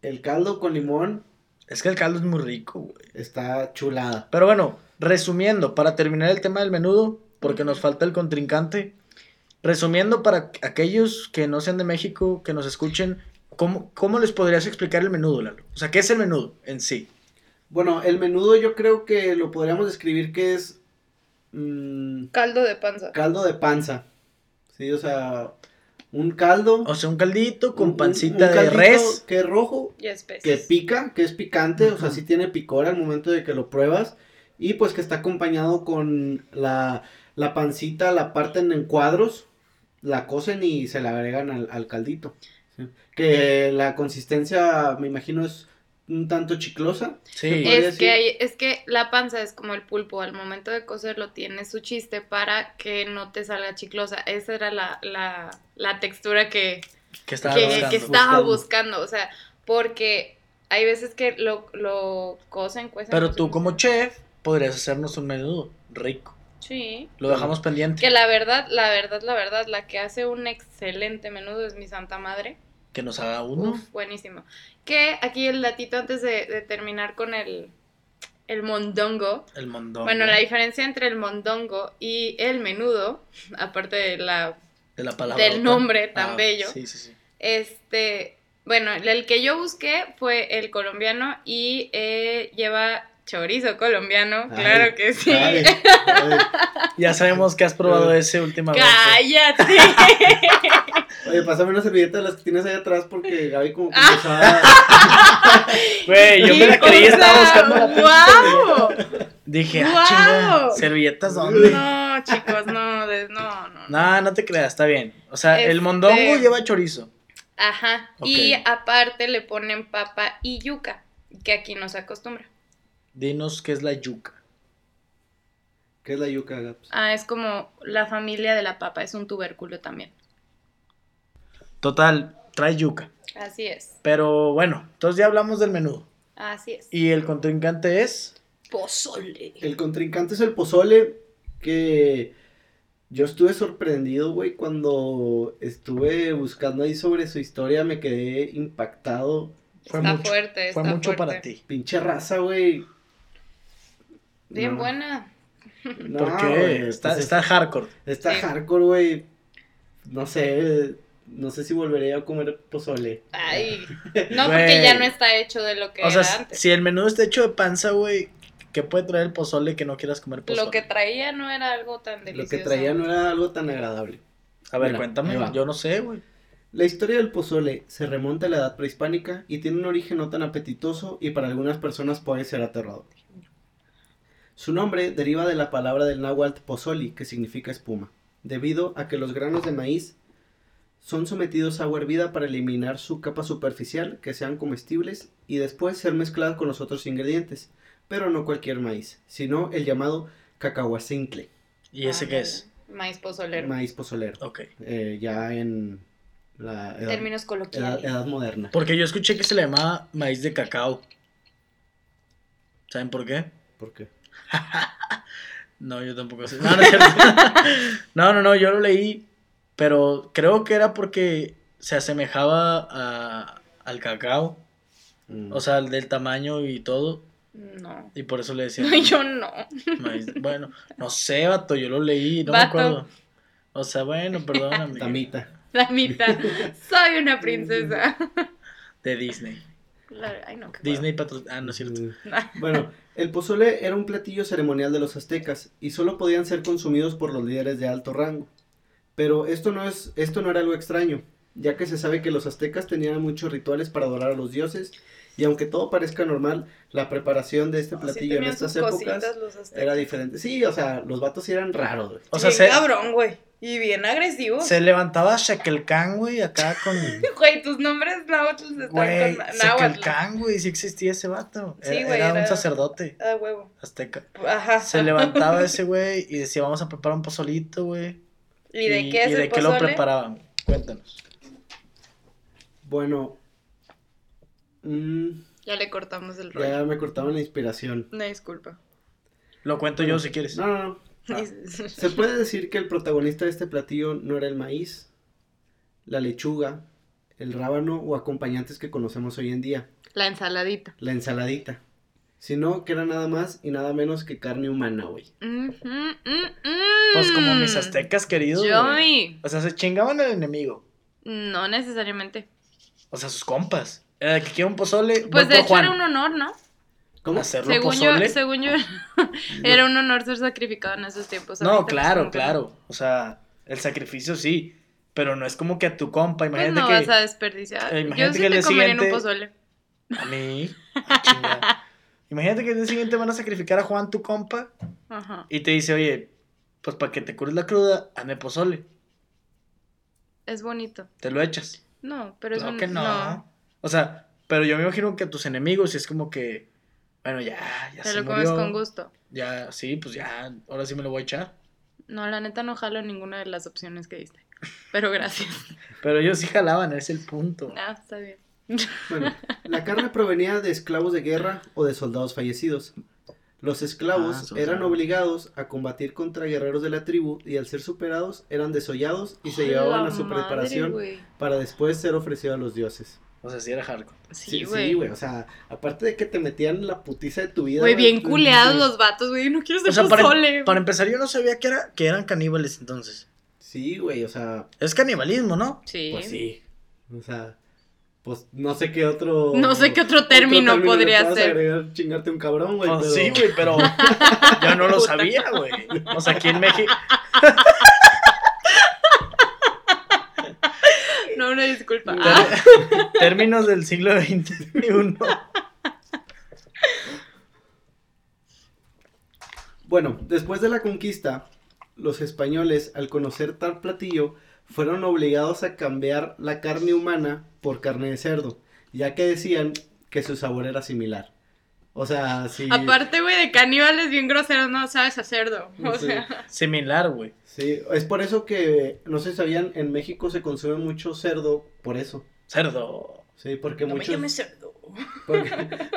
Speaker 2: El caldo con limón
Speaker 4: Es que el caldo es muy rico, güey.
Speaker 2: está chulada.
Speaker 4: Pero bueno, resumiendo, para terminar el tema del menudo, porque nos falta el contrincante. Resumiendo para aquellos que no sean de México, que nos escuchen, ¿cómo, cómo les podrías explicar el menudo, Lalo? O sea, ¿qué es el menudo en sí?
Speaker 2: Bueno, el menudo yo creo que lo podríamos describir que es mm,
Speaker 3: Caldo de panza.
Speaker 2: caldo de panza. Sí, o sea, un caldo
Speaker 4: O sea, un caldito
Speaker 2: un-
Speaker 4: con
Speaker 2: un-
Speaker 4: pancita
Speaker 2: un
Speaker 4: de
Speaker 2: caldito
Speaker 4: res.
Speaker 2: que es rojo
Speaker 3: Y
Speaker 2: que
Speaker 3: especies.
Speaker 2: pica, que es picante, o sea,
Speaker 4: Ujú.
Speaker 2: sí tiene picor al momento de que lo pruebas. Y pues que está acompañado con la, la pancita, la parten en cuadros, la cocen y se la agregan al, al caldito. ¿sí? Que la consistencia, me imagino, es un tanto chiclosa.
Speaker 4: Sí.
Speaker 2: podría
Speaker 3: Es
Speaker 2: decir.
Speaker 3: que, hay- es que la panza es como el pulpo, al momento de cocerlo tiene su chiste para que no te salga chiclosa. Esa era la, la, la textura que,
Speaker 4: Que estaba
Speaker 3: que,
Speaker 4: buscando.
Speaker 3: que estaba
Speaker 2: buscando.
Speaker 3: buscando. O sea, porque hay veces que lo, lo cocen, cuecen.
Speaker 4: Pero
Speaker 3: cocen,
Speaker 4: tú como
Speaker 3: cocen.
Speaker 4: chef podrías hacernos un menudo rico.
Speaker 3: Sí.
Speaker 4: Lo dejamos pendiente.
Speaker 3: Que la verdad, la verdad, la verdad, la que hace un excelente menudo es mi santa madre.
Speaker 4: Que nos haga uno.
Speaker 3: Uf, buenísimo. Que aquí el datito antes de, de terminar con el, el mondongo.
Speaker 4: El mondongo.
Speaker 3: Bueno, la diferencia entre el mondongo y el menudo, aparte de la,
Speaker 4: de la palabra.
Speaker 3: del nombre tan
Speaker 4: Ah,
Speaker 3: bello,
Speaker 4: Sí, sí, sí.
Speaker 3: este, bueno, el que yo busqué fue el colombiano y eh, lleva chorizo colombiano,
Speaker 2: Ay,
Speaker 3: Ah, claro que sí.
Speaker 2: Ay, oye,
Speaker 4: Ya sabemos que has probado
Speaker 2: Pero-
Speaker 4: ese últimamente.
Speaker 3: Cállate.
Speaker 2: oye, pásame una servilleta de las que tienes ahí atrás porque Gaby como que
Speaker 3: Ah.
Speaker 2: no sabe.
Speaker 4: Güey, yo me la
Speaker 3: Y, o
Speaker 4: creí, estaba
Speaker 3: sea,
Speaker 4: buscando la pinche
Speaker 3: ¡guau!
Speaker 4: servilleta. Dije, ah,
Speaker 3: ¡Guau!
Speaker 4: chinga, ¿servilletas dónde? No.
Speaker 3: No, chicos, no, de- no, no. no.
Speaker 4: no, te creas, está bien. O sea,
Speaker 3: Este-
Speaker 4: el mondongo lleva chorizo.
Speaker 3: Ajá. Y
Speaker 4: Ok.
Speaker 3: aparte le ponen papa y yuca, que aquí no se acostumbra.
Speaker 4: Dinos qué es la yuca.
Speaker 2: ¿Qué es la yuca, Gaps?
Speaker 3: Ah, es como la familia de la papa, es un tubérculo también.
Speaker 4: Total, trae yuca.
Speaker 3: Así es,
Speaker 4: Pero bueno, entonces ya hablamos del menudo.
Speaker 3: así es.
Speaker 4: Y el contrincante es.
Speaker 3: Pozole.
Speaker 2: El contrincante es el pozole que yo estuve sorprendido, güey, cuando estuve buscando ahí sobre su historia, me quedé impactado.
Speaker 4: Fue
Speaker 3: está
Speaker 4: mucho,
Speaker 3: fuerte, está
Speaker 4: Fue mucho
Speaker 3: fuerte.
Speaker 4: para ti.
Speaker 2: Pinche raza, güey.
Speaker 3: Bien
Speaker 2: No,
Speaker 3: buena.
Speaker 2: no,
Speaker 4: porque
Speaker 2: güey,
Speaker 4: está,
Speaker 2: pues
Speaker 4: está hardcore.
Speaker 2: está
Speaker 3: Sí.
Speaker 2: hardcore, güey. No sé, no sé si volveré a comer pozole.
Speaker 3: Ay. No,
Speaker 4: Güey.
Speaker 3: porque ya no está hecho de lo que
Speaker 4: O sea,
Speaker 3: era antes.
Speaker 4: si el menudo está hecho de panza, güey, ¿qué puede traer el pozole que no quieras comer pozole?
Speaker 3: Lo que traía no era algo tan
Speaker 2: Lo
Speaker 3: delicioso.
Speaker 2: que traía no era algo tan agradable.
Speaker 4: A ver,
Speaker 2: Mira,
Speaker 4: cuéntame.
Speaker 2: ahí va.
Speaker 4: Yo no sé, güey.
Speaker 2: La historia del pozole se remonta a la edad prehispánica y tiene un origen no tan apetitoso y para algunas personas puede ser aterrador. Su nombre deriva de la palabra del náhuatl pozoli, que significa espuma, debido a que los granos de maíz son sometidos a agua hervida para eliminar su capa superficial, que sean comestibles, y después ser mezclados con los otros ingredientes, pero no cualquier maíz, sino el llamado cacahuacincle,
Speaker 4: ¿Y ese
Speaker 3: Ah,
Speaker 4: qué es?
Speaker 3: Maíz pozolero.
Speaker 2: maíz pozolero,
Speaker 4: Ok.
Speaker 2: eh, ya en la edad,
Speaker 3: Términos
Speaker 2: edad-
Speaker 3: coloquiales.
Speaker 2: edad moderna.
Speaker 4: Porque yo escuché que se le llamaba maíz de cacao. ¿Saben por qué?
Speaker 2: ¿Por qué?
Speaker 4: No, yo tampoco sé. No, no, es cierto. no, no, no, yo lo leí, pero creo que era porque se asemejaba a- al cacao,
Speaker 2: Mm.
Speaker 4: o sea, al del tamaño y todo,
Speaker 3: No.
Speaker 4: y por eso le decían
Speaker 3: No, yo no.
Speaker 4: maíz. Bueno, no sé, vato, yo lo leí, no
Speaker 3: Vato.
Speaker 4: me acuerdo. O sea, bueno, perdóname.
Speaker 2: Tamita.
Speaker 3: La mitad. Soy una princesa.
Speaker 4: De Disney.
Speaker 3: La- Ay, no. qué
Speaker 4: Disney patrocina. Ah, no es cierto.
Speaker 3: guapo.
Speaker 2: Mm. Bueno, el pozole era un platillo ceremonial de los aztecas y solo podían ser consumidos por los líderes de alto rango. Pero esto no, es, esto no era algo extraño, ya que se sabe que los aztecas tenían muchos rituales para adorar a los dioses, y aunque todo parezca normal, la preparación de este
Speaker 1: Sí
Speaker 2: platillo en
Speaker 1: tenían
Speaker 2: estas
Speaker 1: sus
Speaker 2: épocas
Speaker 1: cositas los aztecas.
Speaker 2: era diferente. Sí, o sea, los vatos sí eran raros, güey.
Speaker 4: O sea,
Speaker 1: bien
Speaker 4: se,
Speaker 1: cabrón, güey. Y bien agresivo.
Speaker 4: se levantaba Shakelkan, güey, acá con.
Speaker 3: Güey, tus nombres náhuatl están
Speaker 4: Güey,
Speaker 3: con náhuatl.
Speaker 4: Shakelkan, güey, si existía ese vato.
Speaker 1: Sí,
Speaker 4: Era-
Speaker 1: güey,
Speaker 4: era un
Speaker 1: era-
Speaker 4: sacerdote
Speaker 1: Ah, huevo.
Speaker 4: azteca.
Speaker 1: Ajá.
Speaker 4: Se levantaba ese güey y decía, vamos a preparar un pozolito, güey.
Speaker 1: ¿Y de qué es
Speaker 4: y
Speaker 1: el
Speaker 4: de qué lo
Speaker 1: pozole?
Speaker 4: preparaban? güey. Cuéntanos.
Speaker 2: Bueno, mm,
Speaker 3: Ya le cortamos el rollo.
Speaker 2: ya me cortaban la inspiración.
Speaker 3: Una disculpa.
Speaker 4: Lo cuento yo si quieres.
Speaker 2: No, no, no. Se puede decir que el protagonista de este platillo no era el maíz, la lechuga, el rábano o acompañantes que conocemos hoy en día,
Speaker 3: La ensaladita.
Speaker 2: la ensaladita, sino que era nada más y nada menos que carne humana, güey.
Speaker 3: Ujú, mm,
Speaker 4: Pues como
Speaker 3: mm.
Speaker 4: mis aztecas queridos. güey.
Speaker 3: Yummy.
Speaker 4: O sea, se chingaban al enemigo.
Speaker 3: No necesariamente.
Speaker 4: O sea, sus compas. Era de que quiera un pozole.
Speaker 3: Pues
Speaker 4: voy
Speaker 3: de
Speaker 4: por
Speaker 3: hecho
Speaker 4: Juan.
Speaker 3: era un honor, ¿no?
Speaker 2: ¿Cómo?
Speaker 4: Hacerlo
Speaker 3: Según
Speaker 4: pozole.
Speaker 3: yo, según yo, era un honor ser sacrificado en esos tiempos.
Speaker 4: No,
Speaker 3: Ahorita,
Speaker 4: claro,
Speaker 3: pues, como que no.
Speaker 4: claro. O sea, el sacrificio sí. Pero no es como que a tu compa.
Speaker 3: Pues
Speaker 4: Imagínate
Speaker 3: no
Speaker 4: que.
Speaker 3: vas a desperdiciar.
Speaker 4: Eh,
Speaker 3: yo
Speaker 4: imagínate
Speaker 3: sí
Speaker 4: que el
Speaker 3: te
Speaker 4: día
Speaker 3: comería en un
Speaker 4: siguiente-
Speaker 3: pozole.
Speaker 4: A mí. Ah, chinga. Imagínate que el día siguiente van a sacrificar a Juan, tu compa,
Speaker 3: Ajá.
Speaker 4: y te dice, oye, pues para que te cures la cruda, hazme pozole,
Speaker 3: Es bonito.
Speaker 4: te lo echas.
Speaker 3: No, pero es
Speaker 4: Claro
Speaker 3: un-
Speaker 4: que no. O sea, pero yo me imagino que a tus enemigos es como que, bueno, ya, ya
Speaker 3: Te
Speaker 4: se
Speaker 3: lo comes
Speaker 4: murió,
Speaker 3: con gusto.
Speaker 4: Ya, sí, pues ya, ahora sí me lo voy a echar.
Speaker 3: No, la neta no jalo ninguna de las opciones que diste. Pero gracias.
Speaker 4: Pero ellos sí jalaban, es el punto.
Speaker 3: ah, está bien.
Speaker 2: Bueno, la carne provenía de esclavos de guerra o de soldados fallecidos. Los esclavos
Speaker 4: Ah, soldados.
Speaker 2: eran obligados a combatir contra guerreros de la tribu y al ser superados eran desollados y se llevaban
Speaker 3: La
Speaker 2: a su
Speaker 3: madre,
Speaker 2: preparación
Speaker 3: güey.
Speaker 2: para después ser ofrecido a los dioses.
Speaker 4: O sea, sí era hardcore.
Speaker 3: Sí,
Speaker 2: Sí,
Speaker 3: güey.
Speaker 2: sí, güey. o sea, aparte de que te metían la putiza de tu vida.
Speaker 3: Güey, bien
Speaker 2: Sí,
Speaker 3: culeados
Speaker 2: sí.
Speaker 3: los vatos, güey. No quiero ser
Speaker 4: O sea,
Speaker 2: em-
Speaker 4: para,
Speaker 3: pozole.
Speaker 4: para empezar, yo no sabía que, era, que eran caníbales entonces.
Speaker 2: Sí, güey, o sea,
Speaker 4: Es canibalismo, ¿no?
Speaker 3: Sí.
Speaker 2: pues sí. O sea, pues no sé qué otro.
Speaker 3: No sé qué otro término
Speaker 2: le
Speaker 3: podría
Speaker 2: puedas
Speaker 3: ser.
Speaker 2: agregar chingarte un cabrón, güey.
Speaker 4: Ah,
Speaker 2: pero-
Speaker 4: Sí, güey, pero yo no lo sabía, güey. O sea, aquí en México.
Speaker 3: No, una disculpa.
Speaker 4: ter-
Speaker 3: Ah,
Speaker 4: Términos del siglo XXI.
Speaker 2: Bueno, después de la conquista, los españoles, al conocer tal platillo, fueron obligados a cambiar la carne humana por carne de cerdo, ya que decían que su sabor era similar. O sea, sí.
Speaker 3: aparte, güey, de caníbales bien groseros, no sabes a cerdo. O
Speaker 2: sí.
Speaker 3: sea,
Speaker 4: Similar, güey.
Speaker 2: Sí, es por eso que, no sé si sabían, en México se consume mucho cerdo, por eso.
Speaker 4: Cerdo.
Speaker 2: Sí, porque
Speaker 1: No me
Speaker 2: muchos,
Speaker 1: llames cerdo.
Speaker 2: porque,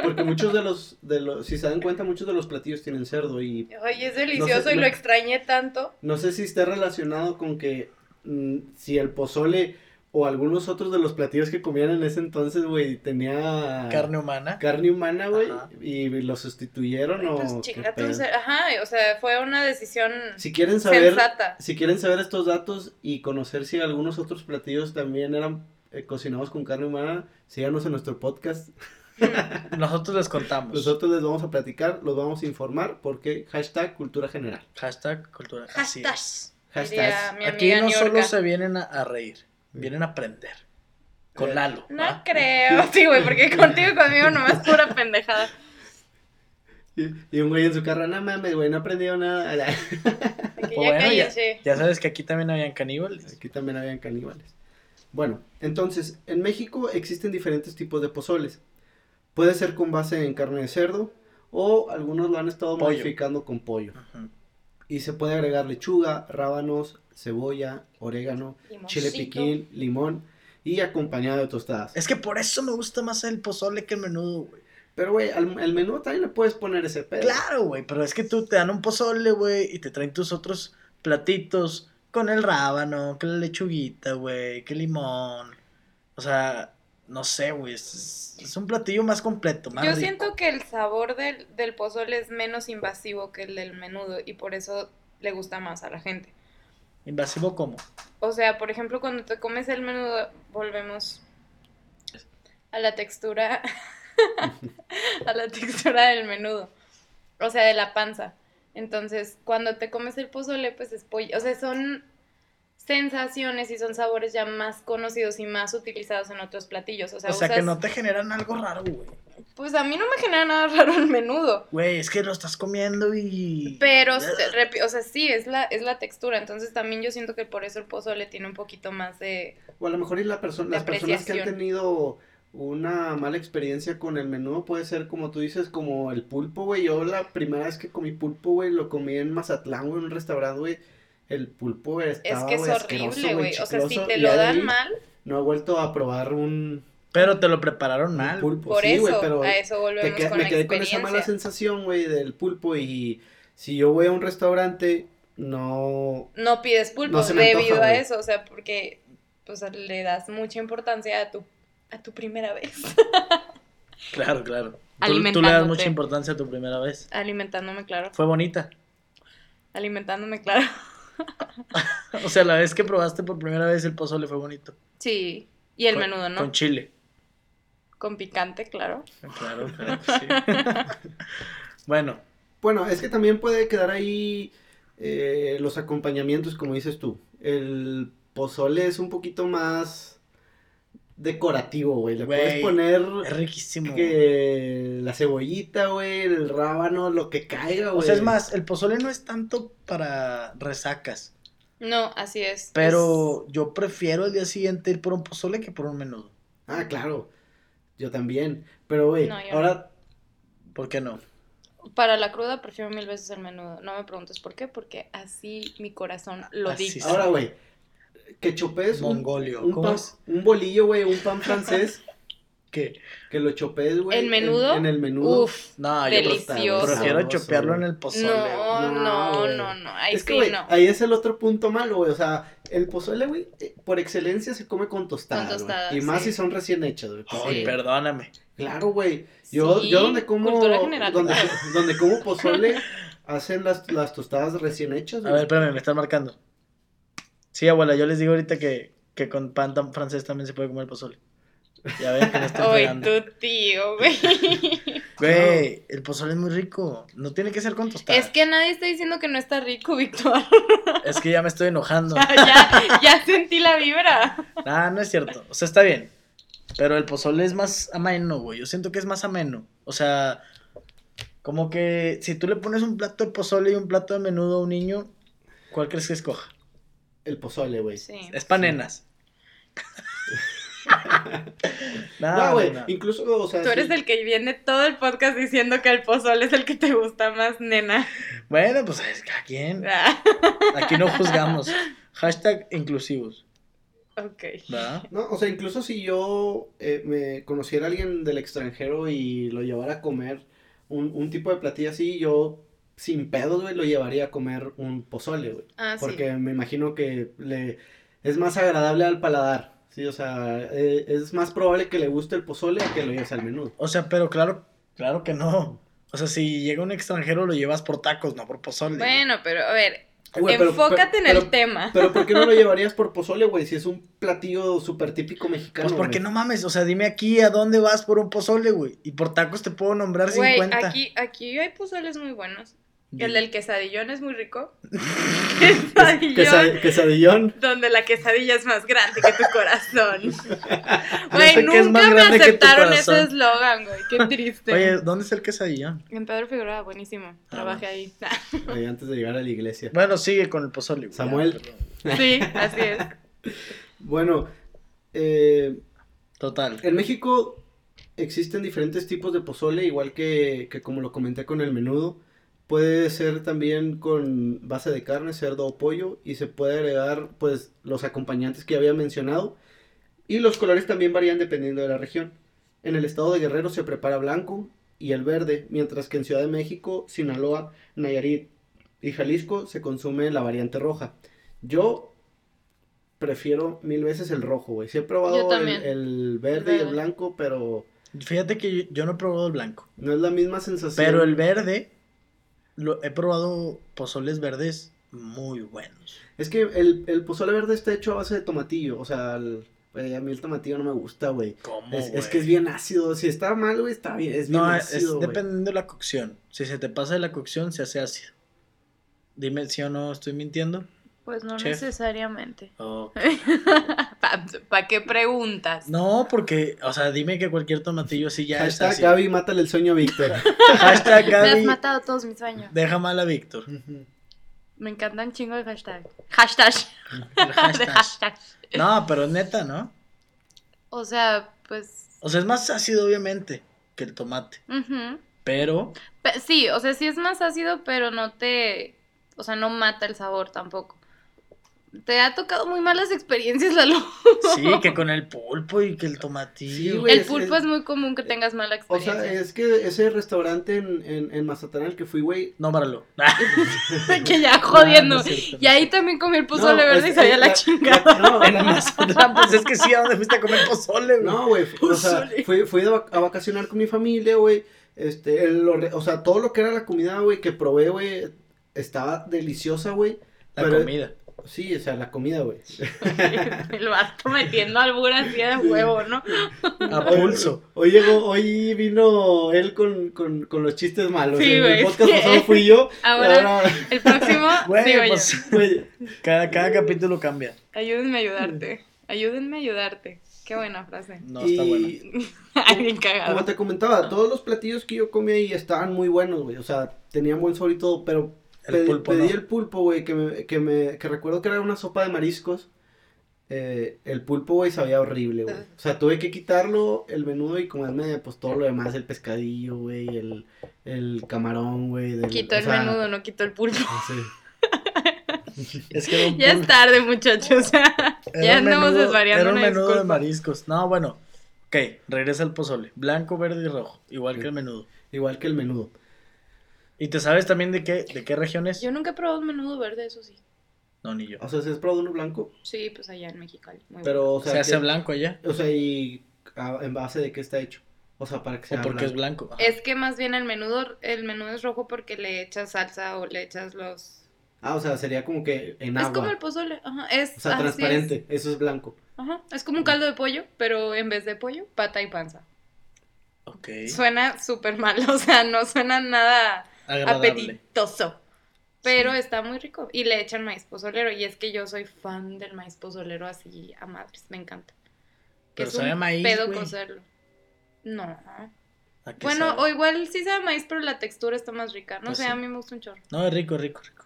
Speaker 2: porque muchos de los, de los, si se dan cuenta, muchos de los platillos tienen cerdo y
Speaker 1: Oye, es delicioso y
Speaker 2: no-
Speaker 1: lo extrañé tanto.
Speaker 2: no sé si esté relacionado con que mm, si el pozole o algunos otros de los platillos que comían en ese entonces, güey, tenía
Speaker 4: Carne humana.
Speaker 2: carne humana, güey,
Speaker 4: Ajá.
Speaker 2: y lo sustituyeron o
Speaker 1: Pues
Speaker 2: qué
Speaker 1: chingate un
Speaker 2: pedo.
Speaker 1: cer- Ajá, o sea, fue una decisión
Speaker 2: Si quieren saber,
Speaker 1: sensata.
Speaker 2: Si quieren saber estos datos y conocer si algunos otros platillos también eran eh, cocinados con carne humana, síganos en nuestro podcast.
Speaker 3: Mm.
Speaker 4: Nosotros les contamos.
Speaker 2: Nosotros les vamos a platicar, los vamos a informar porque hashtag cultura general.
Speaker 4: Hashtag cultura. Así
Speaker 1: Hashtag.
Speaker 4: es.
Speaker 1: Diría
Speaker 2: Hashtags.
Speaker 1: mi
Speaker 4: Aquí
Speaker 1: amiga
Speaker 4: no solo
Speaker 1: Niorca.
Speaker 4: se vienen a, a reír,
Speaker 2: Mm.
Speaker 4: vienen a aprender. Con
Speaker 2: Eh.
Speaker 4: Lalo.
Speaker 1: No
Speaker 2: Ah.
Speaker 4: ¿va?
Speaker 1: creo. Sí, güey, porque contigo y conmigo nomás pura pendejada.
Speaker 2: Y, y un güey en su carro, no mames, güey, no aprendió nada.
Speaker 1: De que
Speaker 4: O
Speaker 1: ya
Speaker 4: bueno, ya.
Speaker 1: cállense.
Speaker 4: Ya sabes que aquí también habían caníbales.
Speaker 2: Aquí también habían caníbales. Bueno, entonces, en México existen diferentes tipos de pozoles. Puede ser con base en carne de cerdo o algunos lo han estado
Speaker 4: Pollo.
Speaker 2: modificando con pollo.
Speaker 4: Ujú.
Speaker 2: Y se puede agregar lechuga, rábanos, cebolla, orégano, chile
Speaker 1: Limoncito.
Speaker 2: piquín, limón y acompañado de tostadas.
Speaker 4: Es que por eso me gusta más el pozole que el menudo, güey.
Speaker 2: Pero, güey, al, al menú también le puedes poner ese pedo.
Speaker 4: Claro, güey, pero es que tú te dan un pozole, güey, y te traen tus otros platitos con el rábano, con la lechuguita, güey, que limón. O sea, no sé, güey, es, es un platillo más completo, más
Speaker 1: Yo
Speaker 4: rico.
Speaker 1: siento que el sabor del, del pozole es menos invasivo que el del menudo y por eso le gusta más a la gente.
Speaker 4: Invasivo como.
Speaker 1: O sea, por ejemplo, cuando te comes el menudo, volvemos a la textura, a la textura del menudo, o sea, de la panza. Entonces, cuando te comes el pozole, pues es pollo, o sea, son,
Speaker 3: sensaciones y son sabores ya más conocidos y más utilizados en otros platillos. O sea,
Speaker 4: O sea, que
Speaker 3: usas-
Speaker 4: no te generan algo raro, güey.
Speaker 3: pues a mí no me genera nada raro el menudo.
Speaker 4: Güey, es que lo estás comiendo y...
Speaker 3: Pero, se- repi- o sea, sí, es la, es la textura. Entonces también yo siento que por eso el pozole tiene un poquito más de...
Speaker 2: O a lo mejor y la persona,
Speaker 3: De
Speaker 2: las personas que han
Speaker 3: apreciación.
Speaker 2: tenido una mala experiencia con el menudo puede ser como tú dices, como el pulpo, güey. Yo la primera vez que comí pulpo, güey, lo comí en Mazatlán, güey, en un restaurante, güey. El pulpo güey,
Speaker 3: Es
Speaker 2: estaba,
Speaker 3: que es
Speaker 2: güey, asqueroso,
Speaker 3: horrible, güey. O sea, si
Speaker 2: chicloso,
Speaker 3: te
Speaker 2: y
Speaker 3: lo
Speaker 2: ya de
Speaker 3: dan
Speaker 2: ahí
Speaker 3: mal,
Speaker 2: No he vuelto a probar un,
Speaker 4: Pero te lo prepararon
Speaker 2: un
Speaker 4: mal.
Speaker 2: pulpo.
Speaker 3: por
Speaker 2: pues sí, güey,
Speaker 3: eso,
Speaker 2: pero
Speaker 3: a eso
Speaker 2: te
Speaker 3: volvemos
Speaker 2: qued-
Speaker 3: con la
Speaker 2: me quedé con esa
Speaker 3: experiencia.
Speaker 2: mala sensación, güey, del pulpo. Y si yo voy a un restaurante, no.
Speaker 3: no pides pulpo
Speaker 2: No se me antoja,
Speaker 3: debido a
Speaker 2: güey.
Speaker 3: eso, o sea, porque pues, le das mucha importancia a tu, a tu primera vez.
Speaker 4: Claro, claro. Tú- Tú, le das
Speaker 5: Alimentándote.
Speaker 4: mucha importancia a tu primera vez.
Speaker 3: Alimentándome, claro.
Speaker 4: Fue bonita.
Speaker 3: Alimentándome, claro.
Speaker 4: O sea, la vez que probaste por primera vez el pozole fue bonito.
Speaker 3: Sí. Y el
Speaker 4: Con-
Speaker 3: menudo, ¿no?
Speaker 4: Con
Speaker 3: Con,
Speaker 4: chile.
Speaker 3: picante, claro.
Speaker 4: Ah, Claro, claro que sí. bueno,
Speaker 2: Bueno, es que también puede quedar ahí eh, los acompañamientos, como dices tú. El pozole es un poquito más decorativo, güey. Le
Speaker 4: Güey,
Speaker 2: puedes poner
Speaker 4: es riquísimo.
Speaker 2: que la cebollita, güey, el rábano, lo que caiga, güey.
Speaker 4: O sea, es más, el pozole no es tanto para resacas.
Speaker 3: No, así es.
Speaker 4: Pero yo prefiero el día siguiente ir por un pozole que por un menudo.
Speaker 2: Ah, claro. Yo también. Pero, güey,
Speaker 3: No, yo no.
Speaker 2: ahora
Speaker 4: ¿Por qué no?
Speaker 3: Es- para la cruda prefiero mil veces el menudo. No me preguntes por qué, porque así mi corazón lo
Speaker 4: Así
Speaker 3: dice.
Speaker 4: sí.
Speaker 2: Ahora, güey, que chopees un,
Speaker 4: Mongolio.
Speaker 2: un,
Speaker 4: ¿Cómo
Speaker 2: pan-
Speaker 4: es?
Speaker 2: un bolillo, güey, un pan francés,
Speaker 4: ¿Qué?
Speaker 2: que lo chopees, güey.
Speaker 3: ¿En menudo?
Speaker 2: En, en el menudo.
Speaker 3: Uf.
Speaker 4: No, yo
Speaker 3: Delicioso.
Speaker 4: prefiero- prefiero
Speaker 2: Sabroso,
Speaker 4: chopearlo en
Speaker 2: güey.
Speaker 4: el pozole. güey.
Speaker 3: No,
Speaker 2: güey. No,
Speaker 3: no,
Speaker 2: güey.
Speaker 3: no, no. Ahí
Speaker 2: es que,
Speaker 3: sí,
Speaker 2: güey,
Speaker 3: no.
Speaker 2: ahí es el otro punto malo, güey. O sea, el pozole, güey, eh, por excelencia se come con tostadas. güey,
Speaker 3: tostadas,
Speaker 2: y más
Speaker 3: sí.
Speaker 2: si son recién hechas, güey. pues
Speaker 4: Ay,
Speaker 3: Sí.
Speaker 4: perdóname.
Speaker 2: Claro, güey. Yo,
Speaker 3: Sí,
Speaker 2: yo donde como.
Speaker 3: cultura general,
Speaker 2: donde,
Speaker 3: claro.
Speaker 2: donde como pozole, hacen las, las tostadas recién hechas,
Speaker 4: A
Speaker 2: güey.
Speaker 4: ver, espérame, me están marcando. Sí, abuela, yo les digo ahorita que, que con pan tan francés también se puede comer pozole. Ya ven que me están
Speaker 3: Ay,
Speaker 4: pegando.
Speaker 3: tu tío, güey.
Speaker 4: Güey, el pozole es muy rico. No tiene que ser con tostada.
Speaker 3: Es que nadie está diciendo que no está rico, Víctor.
Speaker 4: es que ya me estoy enojando.
Speaker 3: ya, ya sentí la vibra.
Speaker 4: Ah, no es cierto. O sea, está bien. Pero el pozole es más ameno, güey. Yo siento que es más ameno. O sea, como que si tú le pones un plato de pozole y un plato de menudo a un niño, ¿cuál crees que escoja?
Speaker 2: El pozole, güey.
Speaker 3: Sí.
Speaker 4: Es pa' nenas. Nah,
Speaker 2: No, güey.
Speaker 4: nah.
Speaker 2: Incluso, o sea.
Speaker 3: Tú eres
Speaker 2: sí,
Speaker 3: el que viene todo el podcast diciendo que el pozole es el que te gusta más, nena.
Speaker 4: Bueno, pues es que a quién.
Speaker 3: Ah,
Speaker 4: Aquí no juzgamos. Hashtag inclusivos.
Speaker 3: ok.
Speaker 4: ¿Verdad?
Speaker 2: No, o sea, incluso si yo eh, me conociera a alguien del extranjero y lo llevara a comer un, un tipo de platillo así, yo sin pedos, güey, lo llevaría a comer un pozole, güey.
Speaker 3: Ah, sí.
Speaker 2: Porque me imagino que le es más agradable al paladar, ¿sí? O sea, eh, es más probable que le guste el pozole a que lo lleves al menudo.
Speaker 4: O sea, pero claro, claro que no. O sea, si llega un extranjero lo llevas por tacos, no por pozole.
Speaker 3: Bueno, pero a ver,
Speaker 2: Eh, güey, pero-
Speaker 3: enfócate
Speaker 2: pero-
Speaker 3: en el
Speaker 2: pero-
Speaker 3: tema.
Speaker 2: Pero ¿por qué no lo llevarías por pozole, güey? Si es un platillo súper típico mexicano,
Speaker 4: Pues porque
Speaker 2: güey.
Speaker 4: no mames, o sea, dime aquí a dónde vas por un pozole, güey. Y por tacos te puedo nombrar
Speaker 3: Güey,
Speaker 4: 50.
Speaker 3: aquí, aquí hay pozoles muy buenos. El
Speaker 4: Di-
Speaker 3: del quesadillón es muy rico.
Speaker 2: Quesa-
Speaker 3: quesadillón.
Speaker 2: quesadillón.
Speaker 3: Donde la quesadilla es más grande que tu corazón.
Speaker 4: No
Speaker 3: Güey,
Speaker 4: sé qué es más
Speaker 3: nunca me
Speaker 4: grande que tu
Speaker 3: aceptaron ese
Speaker 4: corazón.
Speaker 3: eslogan, güey. Qué triste.
Speaker 4: Oye, Ah, ¿dónde está el quesadillón?
Speaker 3: En Pedro Figueroa, buenísimo. Trabajé ahí.
Speaker 2: Ahí antes de llegar a la iglesia.
Speaker 4: Bueno, sigue con el pozole, güey.
Speaker 2: Samuel.
Speaker 4: Ya, perdón.
Speaker 3: Sí, así es.
Speaker 2: Bueno, eh,
Speaker 4: Total.
Speaker 2: En México existen diferentes tipos de pozole, igual que, que como lo comenté con el menudo. Puede ser también con base de carne, cerdo o pollo y se puede agregar pues los acompañantes que ya había mencionado. Y los colores también varían dependiendo de la región. En el estado de Guerrero se prepara blanco y el verde, mientras que en Ciudad de México, Sinaloa, Nayarit y Jalisco se consume la variante roja. Yo prefiero mil veces el rojo, güey. Sí he
Speaker 3: Yo
Speaker 2: probado el,
Speaker 3: también.
Speaker 2: el verde y el
Speaker 3: Verde.
Speaker 2: blanco, pero
Speaker 4: Fíjate que yo, yo no he probado el blanco.
Speaker 2: no es la misma sensación.
Speaker 4: Pero el verde, lo, he probado pozoles verdes muy buenos.
Speaker 2: Es que el, el pozole verde está hecho a base de tomatillo. O sea, el- güey, a mí el tomatillo no me gusta, güey.
Speaker 4: ¿Cómo?
Speaker 2: Es, es que es bien ácido. Si está mal, güey, está bien. Es bien
Speaker 4: No, es,
Speaker 2: ácido. güey.
Speaker 4: dependiendo de la cocción. Si se te pasa de la cocción, se hace ácido. Dime si o no estoy mintiendo.
Speaker 1: Pues no
Speaker 4: Chef.
Speaker 1: necesariamente.
Speaker 4: Ok.
Speaker 3: ¿Para qué preguntas?
Speaker 4: No, porque, o sea, dime que cualquier tomatillo así ya
Speaker 2: Hashtag
Speaker 4: es así.
Speaker 2: Gaby, mátale el sueño a Víctor.
Speaker 4: Hashtag
Speaker 1: Me has
Speaker 4: Gaby.
Speaker 1: matado todos mis sueños.
Speaker 4: Deja mal a Víctor.
Speaker 2: Ujú.
Speaker 3: Me encantan chingo de hashtag. Hashtag.
Speaker 4: El
Speaker 3: De
Speaker 4: hashtag.
Speaker 3: hashtag.
Speaker 4: No, pero neta, ¿no?
Speaker 3: O sea, pues.
Speaker 4: O sea, es más ácido, obviamente, que el tomate.
Speaker 3: ujú.
Speaker 4: Pero,
Speaker 3: Pe- sí, o sea, sí es más ácido, pero no te. O sea, no mata el sabor tampoco. Te ha tocado muy malas experiencias, Lalo.
Speaker 4: sí, que con el pulpo y que el tomatillo.
Speaker 2: Sí, güey.
Speaker 3: El
Speaker 2: es-
Speaker 3: pulpo
Speaker 2: es-
Speaker 3: es muy común que tengas mala
Speaker 2: O sea,
Speaker 3: experiencia.
Speaker 2: es que ese restaurante en, en, en Mazatlán al que fui, güey.
Speaker 4: Nómbralo.
Speaker 3: que
Speaker 2: Ah,
Speaker 3: ya jodiendo.
Speaker 4: No, no es cierto,
Speaker 3: y
Speaker 4: no es
Speaker 3: ahí
Speaker 4: cierto.
Speaker 3: también comí el
Speaker 2: No,
Speaker 3: pozole verde y
Speaker 2: es-
Speaker 3: sabía
Speaker 2: es
Speaker 3: la,
Speaker 2: la-
Speaker 3: chingada.
Speaker 2: No,
Speaker 4: En Mazatlán, pues es que sí, ¿a dónde fuiste a comer pozole, güey?
Speaker 2: No, güey, o sea,
Speaker 4: Pozole.
Speaker 2: fui, fui de vac- a vacacionar con mi familia, güey, este, el- lo re- o sea, todo lo que era la comida, güey, que probé, güey, estaba deliciosa, güey,
Speaker 4: La
Speaker 2: pero-
Speaker 4: comida.
Speaker 2: sí, o sea, la comida, güey,
Speaker 3: el vato metiendo albura así de huevo, ¿no?
Speaker 4: A pulso.
Speaker 2: Hoy llegó, hoy vino él con, con, con los chistes malos,
Speaker 3: Sí,
Speaker 2: en
Speaker 3: güey.
Speaker 2: el podcast pasado fui yo, y
Speaker 3: Ahora, el próximo, digo
Speaker 4: Güey,
Speaker 3: yo.
Speaker 4: pues
Speaker 2: güey,
Speaker 4: cada, cada capítulo cambia.
Speaker 3: Ayúdenme a ayudarte. Ayúdenme a ayudarte. Qué buena frase.
Speaker 4: No,
Speaker 2: y
Speaker 4: está bueno.
Speaker 3: Ay, bien
Speaker 2: como
Speaker 3: cagado.
Speaker 2: te comentaba, todos los platillos que yo comí ahí estaban muy buenos, güey, o sea, tenían buen sabor y todo, pero
Speaker 4: El
Speaker 2: pedí,
Speaker 4: pulpo
Speaker 2: pedí
Speaker 4: no.
Speaker 2: el pulpo, güey, que me, que me, que recuerdo que era una sopa de mariscos. Eh, el pulpo, güey, sabía horrible, güey. O sea, tuve que quitarlo, el menudo y comerme, pues, todo lo demás, el pescadillo, güey, el, el camarón, güey. del-
Speaker 3: Quitó
Speaker 2: o
Speaker 3: el
Speaker 2: sea,
Speaker 3: menudo, no quitó el pulpo.
Speaker 2: no sé.
Speaker 4: Es que era un
Speaker 3: Ya es
Speaker 4: pulpo.
Speaker 3: tarde, muchachos.
Speaker 4: Era
Speaker 3: ya
Speaker 4: un
Speaker 3: andamos
Speaker 4: menudo-
Speaker 3: desvariando.
Speaker 4: Era un
Speaker 3: una
Speaker 4: menudo de
Speaker 3: disculpa.
Speaker 4: mariscos. No, bueno. Ok, regresa el pozole. Blanco, verde y rojo. Igual que el menudo.
Speaker 2: Igual que el menudo.
Speaker 4: ¿Y te sabes también de qué, de qué región es?
Speaker 3: Yo nunca he probado un menudo verde, eso sí.
Speaker 4: No, ni yo.
Speaker 2: O sea, si es producto blanco,
Speaker 3: Sí, pues allá en Mexicali. Muy bueno.
Speaker 2: pero, o sea,
Speaker 4: Se hace
Speaker 2: que-
Speaker 4: blanco allá.
Speaker 2: o sea, y a- en base de qué está hecho. O sea, para que sea
Speaker 4: O porque es
Speaker 2: blanco.
Speaker 4: blanco. Ajá.
Speaker 3: Es que más bien el menudo, el menudo es rojo porque le echas salsa o le echas los.
Speaker 2: Ah, o sea, sería como que en
Speaker 3: Es
Speaker 2: agua.
Speaker 3: como el pozole, ajá. Es,
Speaker 2: O sea,
Speaker 3: así es.
Speaker 2: transparente. Eso es blanco.
Speaker 3: Ajá. Es como un caldo de pollo, pero en vez de pollo, pata y panza.
Speaker 4: Ah, Ok.
Speaker 3: Suena súper mal, o sea, no suena nada
Speaker 4: Agradable.
Speaker 3: apetitoso. Pero está muy rico. Y le echan maíz pozolero. Y es que yo soy fan del maíz pozolero así a madres. Me encanta. Que
Speaker 4: Pero
Speaker 3: es
Speaker 4: sabe
Speaker 3: un
Speaker 4: a maíz,
Speaker 3: pedo
Speaker 4: güey.
Speaker 3: cocerlo. No.
Speaker 4: ¿A qué
Speaker 3: Bueno,
Speaker 4: sabe?
Speaker 3: o igual sí sabe a maíz, pero la textura está más rica. No
Speaker 4: Pues
Speaker 3: sé,
Speaker 4: sí.
Speaker 3: a mí me gusta un chorro.
Speaker 4: No, es rico, rico, rico.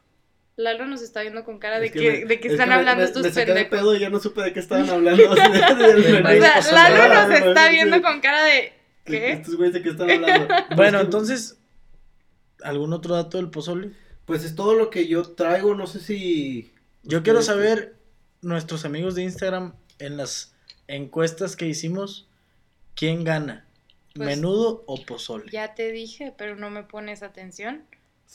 Speaker 3: Lalo nos está viendo con cara Ah, de
Speaker 2: Es
Speaker 3: que,
Speaker 2: me-
Speaker 3: de que
Speaker 2: es
Speaker 3: están
Speaker 2: me-
Speaker 3: hablando
Speaker 2: me-
Speaker 3: estos
Speaker 2: me saqué de
Speaker 3: pendejos.
Speaker 2: pedo y ya no supe de qué estaban hablando. así, del
Speaker 4: Del
Speaker 2: menú.
Speaker 3: O
Speaker 4: maíz
Speaker 3: sea,
Speaker 4: pozolero.
Speaker 3: Lalo nos
Speaker 2: Sí.
Speaker 3: está viendo con cara de. ¿Qué?
Speaker 2: Estos güeyes de qué están hablando. Pues
Speaker 4: Bueno,
Speaker 2: que-
Speaker 4: entonces, ¿algún otro dato del pozole?
Speaker 2: Pues es todo lo que yo traigo, no sé si...
Speaker 4: Yo quiero
Speaker 2: ustedes-
Speaker 4: saber, nuestros amigos de Instagram, en las encuestas que hicimos, ¿quién gana?
Speaker 3: Pues-
Speaker 4: ¿Menudo o pozole?
Speaker 3: Ya te dije, pero no me pones atención.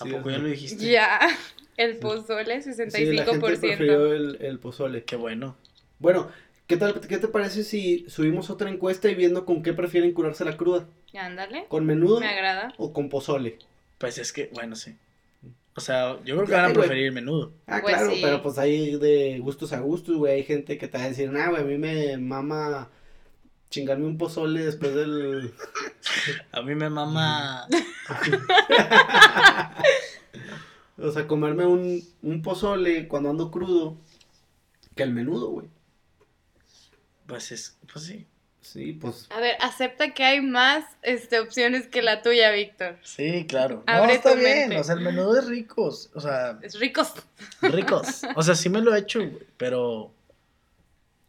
Speaker 4: ¿A
Speaker 2: Sí,
Speaker 4: poco
Speaker 2: o
Speaker 4: ya
Speaker 2: sea,
Speaker 4: lo dijiste?
Speaker 3: Ya. El pozole, 65%.
Speaker 2: Sí, la gente prefirió el, el pozole.
Speaker 4: Qué bueno.
Speaker 2: Bueno, ¿qué tal, qué te parece si subimos otra encuesta y viendo con qué prefieren curarse la cruda?
Speaker 3: Ándale,
Speaker 2: ¿Con menudo
Speaker 3: me agrada.
Speaker 2: o con pozole?
Speaker 4: Pues es que, bueno, sí. O sea, yo creo que
Speaker 2: Ya,
Speaker 4: van a
Speaker 2: güey.
Speaker 4: preferir el menudo.
Speaker 2: Ah,
Speaker 3: Pues
Speaker 2: claro,
Speaker 3: sí.
Speaker 2: pero pues hay de gustos a gustos, güey. Hay gente que te va a decir, nah, güey, a mí me mama chingarme un pozole después del...
Speaker 4: A mí me mama...
Speaker 2: O sea, comerme un, un pozole cuando ando crudo que el menudo, güey.
Speaker 4: Pues es... Pues sí.
Speaker 2: Sí, pues.
Speaker 3: A ver, acepta que hay más este, opciones que la tuya, Víctor.
Speaker 4: Sí, claro. no,
Speaker 3: Abre
Speaker 4: está
Speaker 3: tu
Speaker 4: bien.
Speaker 3: mente.
Speaker 4: O sea, el menudo es rico. O sea,
Speaker 3: Es ricos
Speaker 4: ricos. O sea, sí me lo he hecho, güey, pero...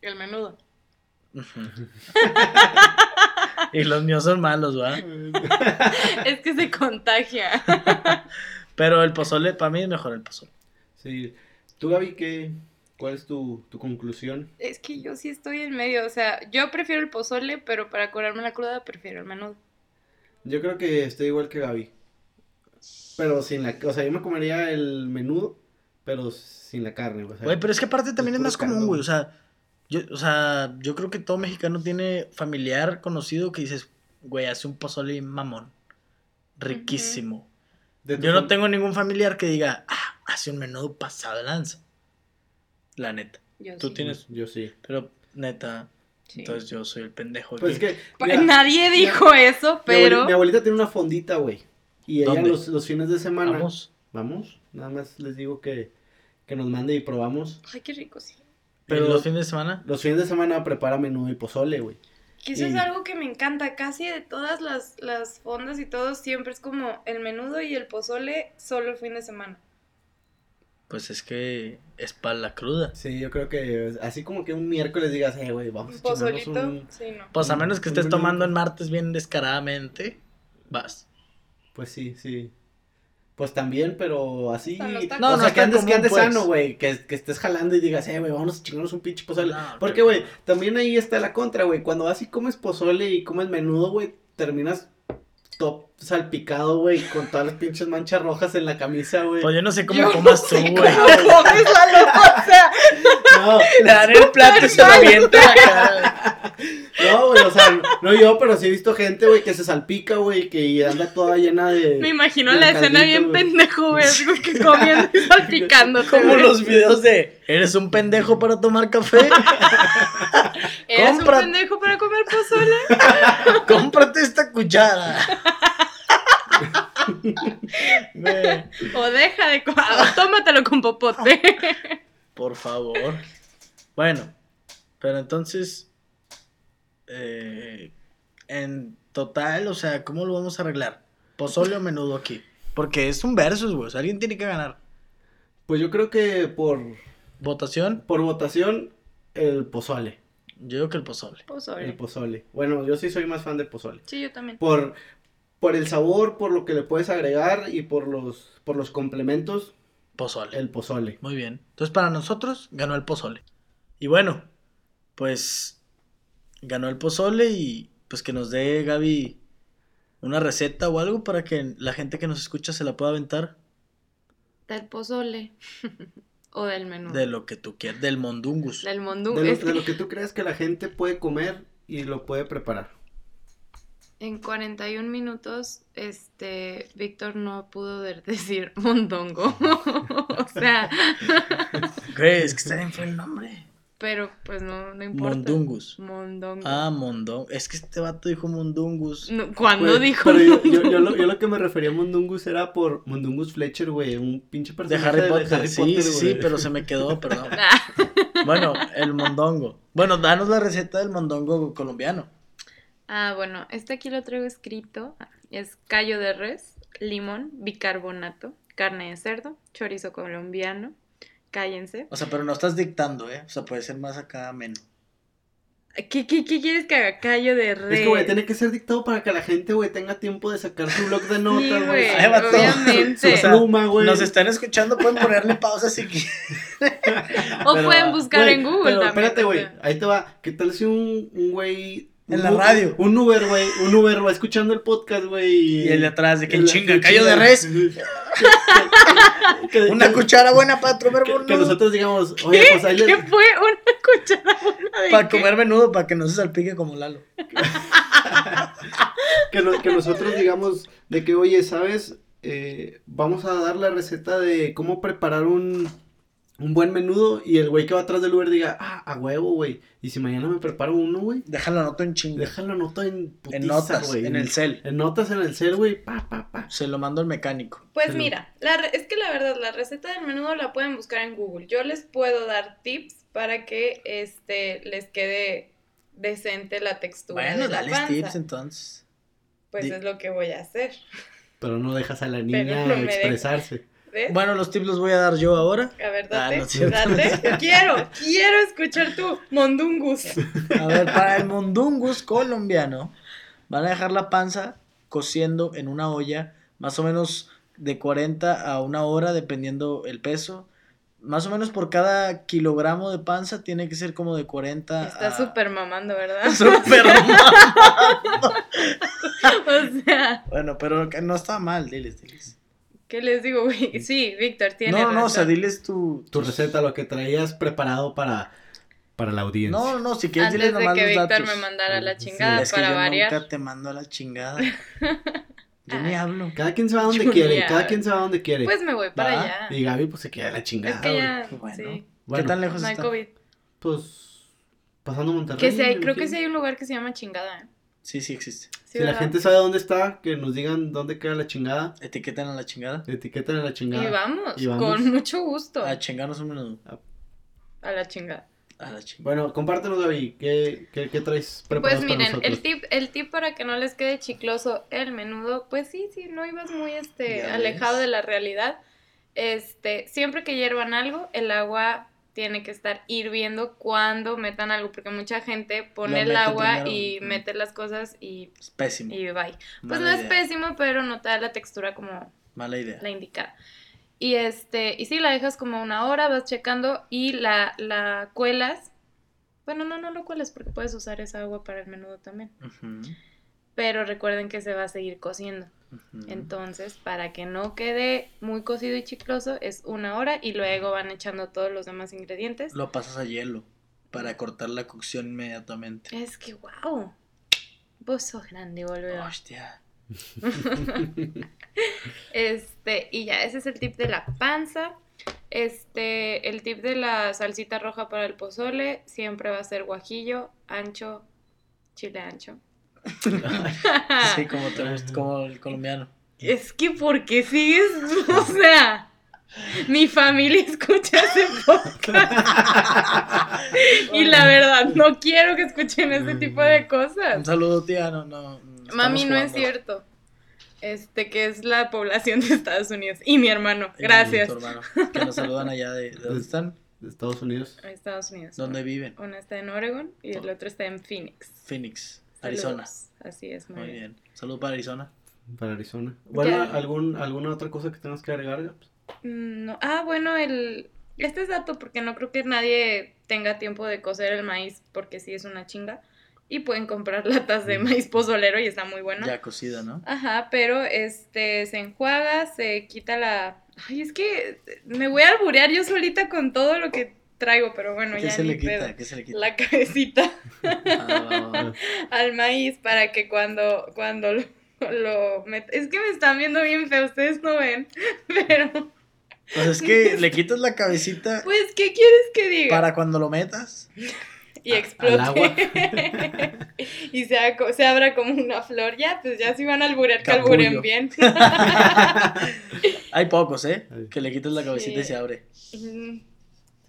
Speaker 3: el menudo.
Speaker 4: Ujú. y los míos son malos, ¿va?
Speaker 3: Es que se contagia.
Speaker 4: Pero el pozole, para mí es mejor el pozole.
Speaker 2: Sí. Tú, Gaby, ¿qué, ¿cuál es tu, tu conclusión?
Speaker 3: Es que yo sí estoy en medio. O sea, yo prefiero el pozole, pero para curarme la cruda prefiero el menudo.
Speaker 2: Yo creo que estoy igual que Gaby. Pero sin la. O sea, yo me comería el menudo, pero sin la carne, güey. o sea,
Speaker 4: Güey, pero es que aparte también es
Speaker 2: puro
Speaker 4: más común,
Speaker 2: caldo.
Speaker 4: güey. O sea, yo, o sea, yo creo que todo mexicano tiene familiar conocido que dices, güey, hace un pozole mamón. Riquísimo.
Speaker 2: de tu
Speaker 4: Yo no
Speaker 2: fam-
Speaker 4: tengo ningún familiar que diga, ah, hace un menudo pasado de lanza. La neta.
Speaker 3: Yo
Speaker 4: Tú
Speaker 3: sí.
Speaker 4: tienes-
Speaker 2: Mm, Yo sí.
Speaker 4: Pero neta,
Speaker 3: Sí.
Speaker 4: entonces yo soy el pendejo.
Speaker 2: Pues es
Speaker 4: aquí.
Speaker 2: que.
Speaker 3: Pa-
Speaker 2: mira,
Speaker 3: Nadie dijo eso,
Speaker 2: mi, abueli- mi
Speaker 3: pero.
Speaker 2: abuelita, tiene una fondita, güey. Y ella
Speaker 4: ¿Dónde?
Speaker 2: los, los fines de semana.
Speaker 4: Vamos.
Speaker 2: Vamos, nada más les digo que, que nos mande y probamos.
Speaker 1: Ay, qué rico, sí.
Speaker 4: Pero
Speaker 2: Pero-
Speaker 4: los fines de semana.
Speaker 2: Los fines de semana prepara menudo y pozole, güey.
Speaker 1: Que eso
Speaker 4: Mm.
Speaker 1: es
Speaker 2: Y-
Speaker 1: algo que me encanta, casi de todas las, las fondas y todo, siempre es como el menudo y el pozole solo el fin de semana.
Speaker 4: Pues es que es para la cruda.
Speaker 2: Sí, yo creo que es- así como que un miércoles digas, eh, güey, vamos
Speaker 1: Un
Speaker 2: a chingarnos
Speaker 1: pozolito,
Speaker 2: un...
Speaker 1: sí, no.
Speaker 4: Pues a menos que estés
Speaker 2: Mm.
Speaker 4: tomando en martes bien descaradamente, vas.
Speaker 2: Pues sí, sí. Pues también, pero así...
Speaker 1: Hasta los tacos.
Speaker 2: No,
Speaker 4: No,
Speaker 2: o
Speaker 4: no
Speaker 2: sea,
Speaker 4: es
Speaker 2: que
Speaker 4: tan
Speaker 2: andes, que
Speaker 4: común,
Speaker 2: andes
Speaker 4: pues.
Speaker 2: sano, güey. Que, que estés jalando y digas, eh, güey, vamos a chingarnos un pinche pozole.
Speaker 4: No,
Speaker 2: Pues Porque,
Speaker 4: qué-
Speaker 2: güey, también ahí está la contra, güey. Cuando vas y comes pozole y comes menudo, güey, terminas top salpicado, güey, con todas las pinches manchas rojas en la camisa, güey.
Speaker 4: Pues yo no sé cómo
Speaker 1: Yo no
Speaker 4: comas tú,
Speaker 1: sé
Speaker 4: güey.
Speaker 1: cómo comes la loca, o sea,
Speaker 2: No,
Speaker 4: Le dan el plato y se lo avienta a la cara.
Speaker 2: no, güey, o sea, no yo, pero sí he visto gente, güey, que se salpica, güey, que anda toda llena
Speaker 3: Me
Speaker 2: de...
Speaker 3: imagino
Speaker 2: Y
Speaker 3: la
Speaker 2: el
Speaker 3: escena
Speaker 2: caldito,
Speaker 3: bien
Speaker 2: güey.
Speaker 3: pendejo, güey, así como que comiendo y salpicando.
Speaker 4: Como
Speaker 3: güey.
Speaker 4: los videos de ¿Eres un pendejo para tomar café?
Speaker 3: ¿Eres
Speaker 4: compra-
Speaker 3: un pendejo para comer pozole?
Speaker 4: ¡Cómprate esta cuchara! Güey,
Speaker 3: O deja de comer, tómatelo con popote.
Speaker 4: por favor. Bueno, pero entonces. eh, en total, o sea, ¿cómo lo vamos a arreglar? Pozole o menudo aquí. Porque es un versus, güey. o sea, alguien tiene que ganar.
Speaker 2: Pues yo creo que por,
Speaker 4: Votación,
Speaker 2: por votación, el pozole,
Speaker 4: yo digo que el pozole.
Speaker 2: el
Speaker 1: Pozole.
Speaker 2: pozole. Bueno, yo sí soy más fan del pozole.
Speaker 1: Sí, yo también.
Speaker 2: por, por el sabor, por lo que le puedes agregar y por los, por los complementos,
Speaker 4: Pozole.
Speaker 2: el pozole.
Speaker 4: Muy bien. Entonces, para nosotros, ganó el pozole. Y bueno, pues ganó el pozole y pues que nos dé Gaby una receta o algo para que la gente que nos escucha se la pueda aventar
Speaker 3: Del pozole. o del menú.
Speaker 4: de lo que tú quieras, del mondungus.
Speaker 3: Del
Speaker 2: De
Speaker 3: mondú.
Speaker 2: lo,
Speaker 3: Es que
Speaker 2: de lo que tú creas que la gente puede comer y lo puede preparar.
Speaker 3: en 41 minutos, este, Víctor no pudo de- decir mondongo. o sea,
Speaker 4: Güey, es que está bien fue el nombre.
Speaker 3: pero pues no, no importa.
Speaker 4: Mondungus.
Speaker 3: Mondongo.
Speaker 4: Ah, mondongo. Es que este vato dijo mondungus.
Speaker 3: No, ¿Cuándo
Speaker 2: Güey,
Speaker 3: dijo?
Speaker 2: pero yo, yo-
Speaker 3: mondongo?
Speaker 2: yo lo, yo lo que me refería a Mundungus era por Mundungus Fletcher, güey, un pinche
Speaker 4: De
Speaker 2: personaje
Speaker 4: Harry Potter, sí, sí,
Speaker 2: güey.
Speaker 4: sí, pero se me quedó, perdón.
Speaker 3: Ah,
Speaker 4: Bueno, el mondongo. Bueno, danos la receta del mondongo colombiano.
Speaker 3: ah, bueno, este aquí lo traigo escrito. Es callo de res, limón, bicarbonato, carne de cerdo, chorizo colombiano. Cállense.
Speaker 4: O sea, pero no estás dictando, ¿eh? O sea, puede ser más acá menos.
Speaker 3: ¿Qué, qué, qué quieres que haga? Callo de res.
Speaker 2: Es que, güey, tiene que ser dictado para que la gente, güey, tenga tiempo de sacar su blog de notas,
Speaker 3: Sí,
Speaker 2: güey.
Speaker 3: güey,
Speaker 4: Ay, vato.
Speaker 2: Su
Speaker 3: obviamente.
Speaker 4: O sea,
Speaker 2: pluma, güey.
Speaker 4: Nos están escuchando, pueden ponerle pausa si quieren.
Speaker 3: O
Speaker 4: Pero,
Speaker 3: pueden buscar
Speaker 2: Güey,
Speaker 3: en Google
Speaker 2: pero
Speaker 3: también.
Speaker 2: Espérate,
Speaker 3: o
Speaker 2: güey.
Speaker 3: sea.
Speaker 2: Ahí te va. ¿Qué tal si un un güey.
Speaker 4: En
Speaker 2: un
Speaker 4: la
Speaker 2: Uber-
Speaker 4: radio.
Speaker 2: Un Uber, güey. Un Uber va escuchando el podcast, güey.
Speaker 4: Y el de atrás, de que
Speaker 2: el-
Speaker 4: chinga,
Speaker 2: el
Speaker 4: callo de
Speaker 2: chinga.
Speaker 4: res.
Speaker 2: Que- que-
Speaker 4: Una
Speaker 2: que-
Speaker 4: cuchara buena para comer
Speaker 2: que-
Speaker 4: menudo.
Speaker 2: Que nosotros digamos, oye, pues ahí
Speaker 3: ¿Qué
Speaker 2: le.
Speaker 3: fue? ¿Una cuchara buena de
Speaker 4: Para
Speaker 3: qué?
Speaker 4: comer menudo, para que no se salpique como Lalo.
Speaker 2: Que, no- que nosotros digamos, de que, oye, ¿sabes? Eh, vamos a dar la receta de cómo preparar un. Un buen menudo y el güey que va atrás del Uber diga, ah, a huevo, güey. Y si mañana me preparo uno, güey,
Speaker 4: Déjalo anoto en chinga.
Speaker 2: déjalo anoto en putiza,
Speaker 4: En notas,
Speaker 2: güey.
Speaker 4: en el cel.
Speaker 2: En notas en el cel, güey, pa, pa, pa.
Speaker 4: Se lo mando al mecánico.
Speaker 1: Pues
Speaker 2: Salud.
Speaker 1: mira, la re- es que la verdad, la receta del menudo la pueden buscar en Google. Yo les puedo dar tips para que este les quede decente la textura.
Speaker 4: Bueno,
Speaker 1: de la
Speaker 4: dale
Speaker 1: panza.
Speaker 4: tips entonces.
Speaker 1: Pues
Speaker 4: Di-
Speaker 1: es lo que voy a hacer.
Speaker 2: Pero no dejas a la niña
Speaker 1: no me
Speaker 2: expresarse.
Speaker 1: ¿Ves?
Speaker 4: Bueno, los tips los voy a dar yo ahora.
Speaker 1: a ver,
Speaker 4: Ah,
Speaker 1: date,
Speaker 4: no es cierto.
Speaker 1: date. Quiero, quiero escuchar tu mondungus.
Speaker 4: A ver, para el mondungus colombiano, van a dejar la panza cociendo en una olla, más o menos de 40 a una hora, dependiendo el peso. Más o menos por cada kilogramo de panza tiene que ser como de 40
Speaker 3: Está
Speaker 4: a-
Speaker 3: súper mamando, ¿verdad?
Speaker 4: Súper mal.
Speaker 3: o sea,
Speaker 4: Bueno, pero que no está mal, diles, diles.
Speaker 3: ¿qué les digo, güey? Sí, Víctor, tiene
Speaker 4: No, no, o sea,
Speaker 3: razón.
Speaker 4: diles tu...
Speaker 2: Tu receta, lo que traías preparado para, para la audiencia.
Speaker 4: No, no, si quieres
Speaker 3: Antes
Speaker 4: diles
Speaker 3: de
Speaker 4: nomás
Speaker 3: que
Speaker 4: los
Speaker 3: Víctor
Speaker 4: datos.
Speaker 3: me mandara la
Speaker 2: Sí,
Speaker 3: chingada
Speaker 4: Es que
Speaker 3: para
Speaker 4: yo
Speaker 3: variar.
Speaker 4: nunca te mando a la chingada. Yo ni hablo.
Speaker 2: Cada quien se va donde
Speaker 3: Julia.
Speaker 2: quiere, cada quien se va donde quiere.
Speaker 3: Pues me voy para
Speaker 4: Va,
Speaker 3: allá.
Speaker 2: y Gaby, pues se queda la
Speaker 3: Es
Speaker 2: chingada,
Speaker 3: que
Speaker 2: güey.
Speaker 3: ya,
Speaker 4: Bueno,
Speaker 3: sí,
Speaker 2: Bueno,
Speaker 4: ¿Qué tan lejos
Speaker 3: no hay
Speaker 4: está?
Speaker 3: COVID.
Speaker 2: pues, pasando Monterrey.
Speaker 3: Que sí hay-
Speaker 2: me
Speaker 3: creo que sí
Speaker 2: imagino.
Speaker 3: hay un lugar que se llama chingada, ¿eh?
Speaker 4: Sí, sí existe.
Speaker 3: Sí,
Speaker 2: Si la
Speaker 3: ¿verdad?
Speaker 2: gente sabe dónde está, que nos digan dónde queda la chingada.
Speaker 4: Etiquetan a la chingada.
Speaker 2: Etiqueten a la
Speaker 3: Y
Speaker 2: chingada.
Speaker 3: vamos,
Speaker 2: Y vamos.
Speaker 3: con mucho gusto.
Speaker 4: A chingarnos un menudo.
Speaker 3: A la chingada.
Speaker 4: A la chingada.
Speaker 2: Bueno, compártenos, Gaby. ¿Qué, qué, qué traes preparado
Speaker 3: Pues
Speaker 2: para
Speaker 3: miren,
Speaker 2: nosotros?
Speaker 3: el tip, el tip para que no les quede chicloso el menudo, pues sí, sí, no ibas muy este
Speaker 4: Ya
Speaker 3: alejado
Speaker 4: ves.
Speaker 3: de la realidad. Este, siempre que hiervan algo, el agua tiene que estar hirviendo cuando metan algo, porque mucha gente
Speaker 4: Lo
Speaker 3: pone el
Speaker 4: mete
Speaker 3: agua
Speaker 4: primero.
Speaker 3: y
Speaker 4: Ujú.
Speaker 3: mete las cosas y,
Speaker 4: Es pésimo.
Speaker 3: y bye. Pues
Speaker 4: Mala
Speaker 3: no es
Speaker 4: idea.
Speaker 3: pésimo, pero no te da la textura como
Speaker 4: Mala idea.
Speaker 3: la indicada. Y este, y sí, la dejas como una hora, vas checando y la, la cuelas. Bueno, no, no lo cuelas porque puedes usar esa agua para el menudo también.
Speaker 4: Ujú,
Speaker 3: Pero recuerden que se va a seguir cociendo.
Speaker 4: ujú.
Speaker 3: Entonces, para que no quede muy cocido y chicloso, es una hora y luego van echando todos los demás ingredientes.
Speaker 4: Lo pasas a hielo para cortar la cocción inmediatamente.
Speaker 3: Es que, wow. Vos sos grande, boludo.
Speaker 4: Hostia.
Speaker 3: Este, y ya, ese es el tip de la panza. Este, el tip de la salsita roja para el pozole siempre va a ser guajillo, ancho, chile ancho. Ah.
Speaker 4: Sí, como, te gusta- como el colombiano.
Speaker 3: Es que porque sigues, o sea, mi familia escucha ese podcast y la verdad no quiero que escuchen ese tipo de
Speaker 4: Un
Speaker 3: cosas.
Speaker 4: saludo, tía. No, no. estamos
Speaker 3: Mami, no es
Speaker 4: jugando.
Speaker 3: cierto. Este que es la población de Estados Unidos y mi hermano.
Speaker 4: Y
Speaker 3: Gracias.
Speaker 4: tu hermano, que nos saludan allá de, de dónde están,
Speaker 2: De Estados Unidos.
Speaker 3: Estados Unidos.
Speaker 4: dónde viven.
Speaker 3: Una está en Oregon y el otro está en Phoenix.
Speaker 4: Phoenix, Oh. Arizona.
Speaker 3: Saludos. Así es, muy,
Speaker 4: Muy
Speaker 3: bien.
Speaker 4: bien. Salud para Arizona.
Speaker 2: Para Arizona. Bueno,
Speaker 3: Ya.
Speaker 2: ¿algún, ¿alguna otra cosa que tengas que agregar? Gaps?
Speaker 3: Mm, no- Ah, bueno, el... este es dato porque no creo que nadie tenga tiempo de cocer el maíz porque sí es una chinga. Y pueden comprar latas
Speaker 4: Mm.
Speaker 3: de maíz pozolero y está muy bueno.
Speaker 4: Ya cocida, ¿no?
Speaker 3: Ajá, pero este se enjuaga, se quita la. Ay, es que me voy a alburear yo solita con todo lo que traigo, pero bueno,
Speaker 4: ¿Qué
Speaker 3: ya
Speaker 4: se
Speaker 3: ni
Speaker 4: le quita?
Speaker 3: pedo.
Speaker 4: ¿Qué se le quita?
Speaker 3: La cabecita.
Speaker 4: Ah, va, va, va.
Speaker 3: al maíz para que cuando, cuando lo, lo met- Es que me están viendo bien feo, ustedes no ven, pero
Speaker 4: Pues es que le quitas la cabecita
Speaker 3: pues, ¿qué quieres que diga?
Speaker 4: para cuando lo metas.
Speaker 3: y
Speaker 2: a-
Speaker 3: explote.
Speaker 2: al agua.
Speaker 3: y se, aco- se abra como una flor, ya, pues ya si van a alburear, que
Speaker 4: Capullo.
Speaker 3: alburen bien.
Speaker 4: Hay pocos, ¿eh?
Speaker 2: Ay.
Speaker 4: Que le quitas la cabecita y
Speaker 3: Sí.
Speaker 4: se abre.
Speaker 3: Mm,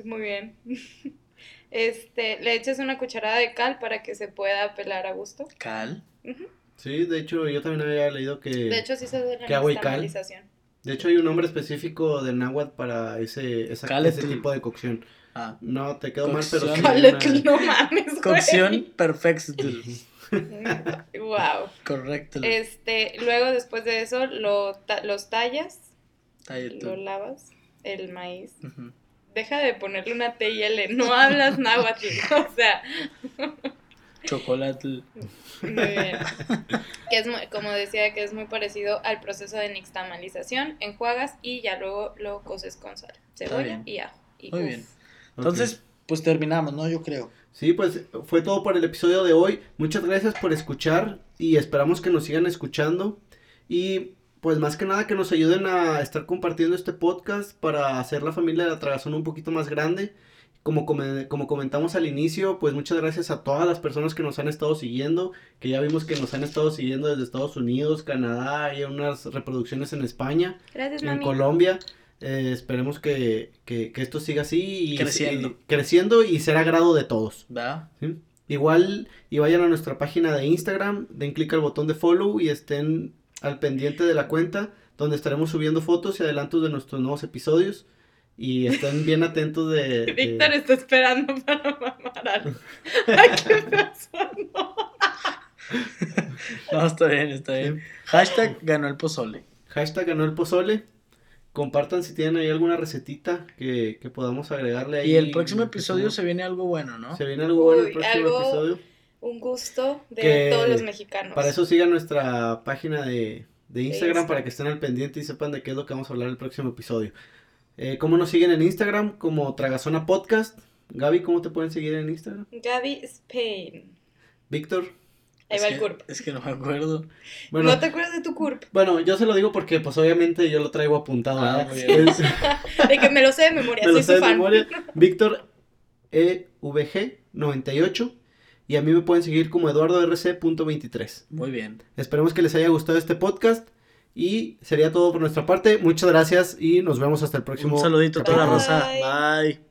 Speaker 3: Muy bien. Este, le echas una cucharada de cal para que se pueda pelar a gusto.
Speaker 4: Cal.
Speaker 2: Sí, de hecho, yo también había leído que.
Speaker 3: De hecho, sí se hace
Speaker 2: ¿Qué
Speaker 3: la
Speaker 2: agua y cal?
Speaker 3: nixtamalización.
Speaker 2: De hecho, hay un nombre específico del náhuatl para ese, esa-
Speaker 4: Cáletl.
Speaker 2: ese tipo de cocción.
Speaker 4: Ah.
Speaker 2: No, te quedó mal, pero
Speaker 4: Cocción.
Speaker 2: sí. hay una-
Speaker 3: Cálate, no mames, güey.
Speaker 4: Cocción perfecta.
Speaker 3: Wow.
Speaker 4: Correcto.
Speaker 3: Este, luego después de eso lo ta- los tallas,
Speaker 4: Ahí tú.
Speaker 3: lo lavas, el maíz.
Speaker 4: Ujú.
Speaker 3: Deja de ponerle una T y L, no hablas náhuatl, o sea,
Speaker 4: Chocolate.
Speaker 3: muy bien. Que es muy- como decía, que es muy parecido al proceso de nixtamalización, enjuagas y ya luego lo coces con sal, cebolla
Speaker 4: bien.
Speaker 3: y ajo. Y
Speaker 4: Muy
Speaker 3: uf,
Speaker 4: bien.
Speaker 2: Ok.
Speaker 4: Entonces, pues terminamos, ¿no? Yo creo.
Speaker 2: Sí, pues fue todo por el episodio de hoy. Muchas gracias por escuchar y esperamos que nos sigan escuchando. Y pues más que nada que nos ayuden a estar compartiendo este podcast para hacer la familia de la Tragazón un poquito más grande. Como, come- como comentamos al inicio, pues muchas gracias a todas las personas que nos han estado siguiendo, que ya vimos que nos han estado siguiendo desde Estados Unidos, Canadá, hay unas reproducciones en España,
Speaker 3: Gracias,
Speaker 2: en
Speaker 3: mami.
Speaker 2: Colombia. Eh, esperemos que, que- que esto siga así y
Speaker 4: Creciendo.
Speaker 2: y creciendo y ser agrado de todos.
Speaker 4: ¿Verdad?
Speaker 2: ¿sí? Igual y vayan a nuestra página de Instagram, den clic al botón de follow y estén al pendiente de la cuenta donde estaremos subiendo fotos y adelantos de nuestros nuevos episodios y estén bien atentos de... de-
Speaker 3: Víctor está esperando para mamar algo. Ay, qué pasó?
Speaker 4: No, está bien, está bien. Hashtag ganó el pozole.
Speaker 2: Hashtag ganó el pozole. Compartan si tienen ahí alguna recetita que, que podamos agregarle ahí.
Speaker 4: Y el próximo
Speaker 2: Que
Speaker 4: episodio se
Speaker 2: se...
Speaker 4: viene algo bueno, ¿no?
Speaker 2: viene algo bueno
Speaker 3: Uy,
Speaker 2: el próximo
Speaker 3: algo-
Speaker 2: episodio.
Speaker 3: Un gusto de
Speaker 2: Que
Speaker 3: todos los mexicanos.
Speaker 2: Para eso sigan nuestra página de, de Instagram
Speaker 3: Instagram.
Speaker 2: para que estén al pendiente y sepan de qué es lo que vamos a hablar el próximo episodio. Eh, ¿Cómo nos siguen en Instagram? Como Tragazona Podcast. Gaby, ¿cómo te pueden seguir en Instagram?
Speaker 3: Gaby Spain.
Speaker 2: Víctor.
Speaker 3: Ahí
Speaker 4: Es
Speaker 3: va
Speaker 4: que-
Speaker 3: el curp.
Speaker 4: Es que no me acuerdo.
Speaker 2: Bueno,
Speaker 3: ¿No te acuerdas de tu curp?
Speaker 2: bueno, yo se lo digo porque pues obviamente yo lo traigo apuntado.
Speaker 4: Ah,
Speaker 2: ¿verdad?
Speaker 4: muy bien.
Speaker 2: Es-
Speaker 3: De que me lo sé de memoria,
Speaker 2: me lo
Speaker 3: soy
Speaker 2: sé
Speaker 3: su
Speaker 2: de
Speaker 3: fan.
Speaker 2: memoria. Víctor EVG98. Y a mí me pueden seguir como eduardorc.23.
Speaker 4: Muy bien.
Speaker 2: Esperemos que les haya gustado este podcast. Y sería todo por nuestra parte. Muchas gracias y nos vemos hasta el próximo.
Speaker 4: Un saludito a toda la
Speaker 2: capítulo.
Speaker 4: raza. Bye.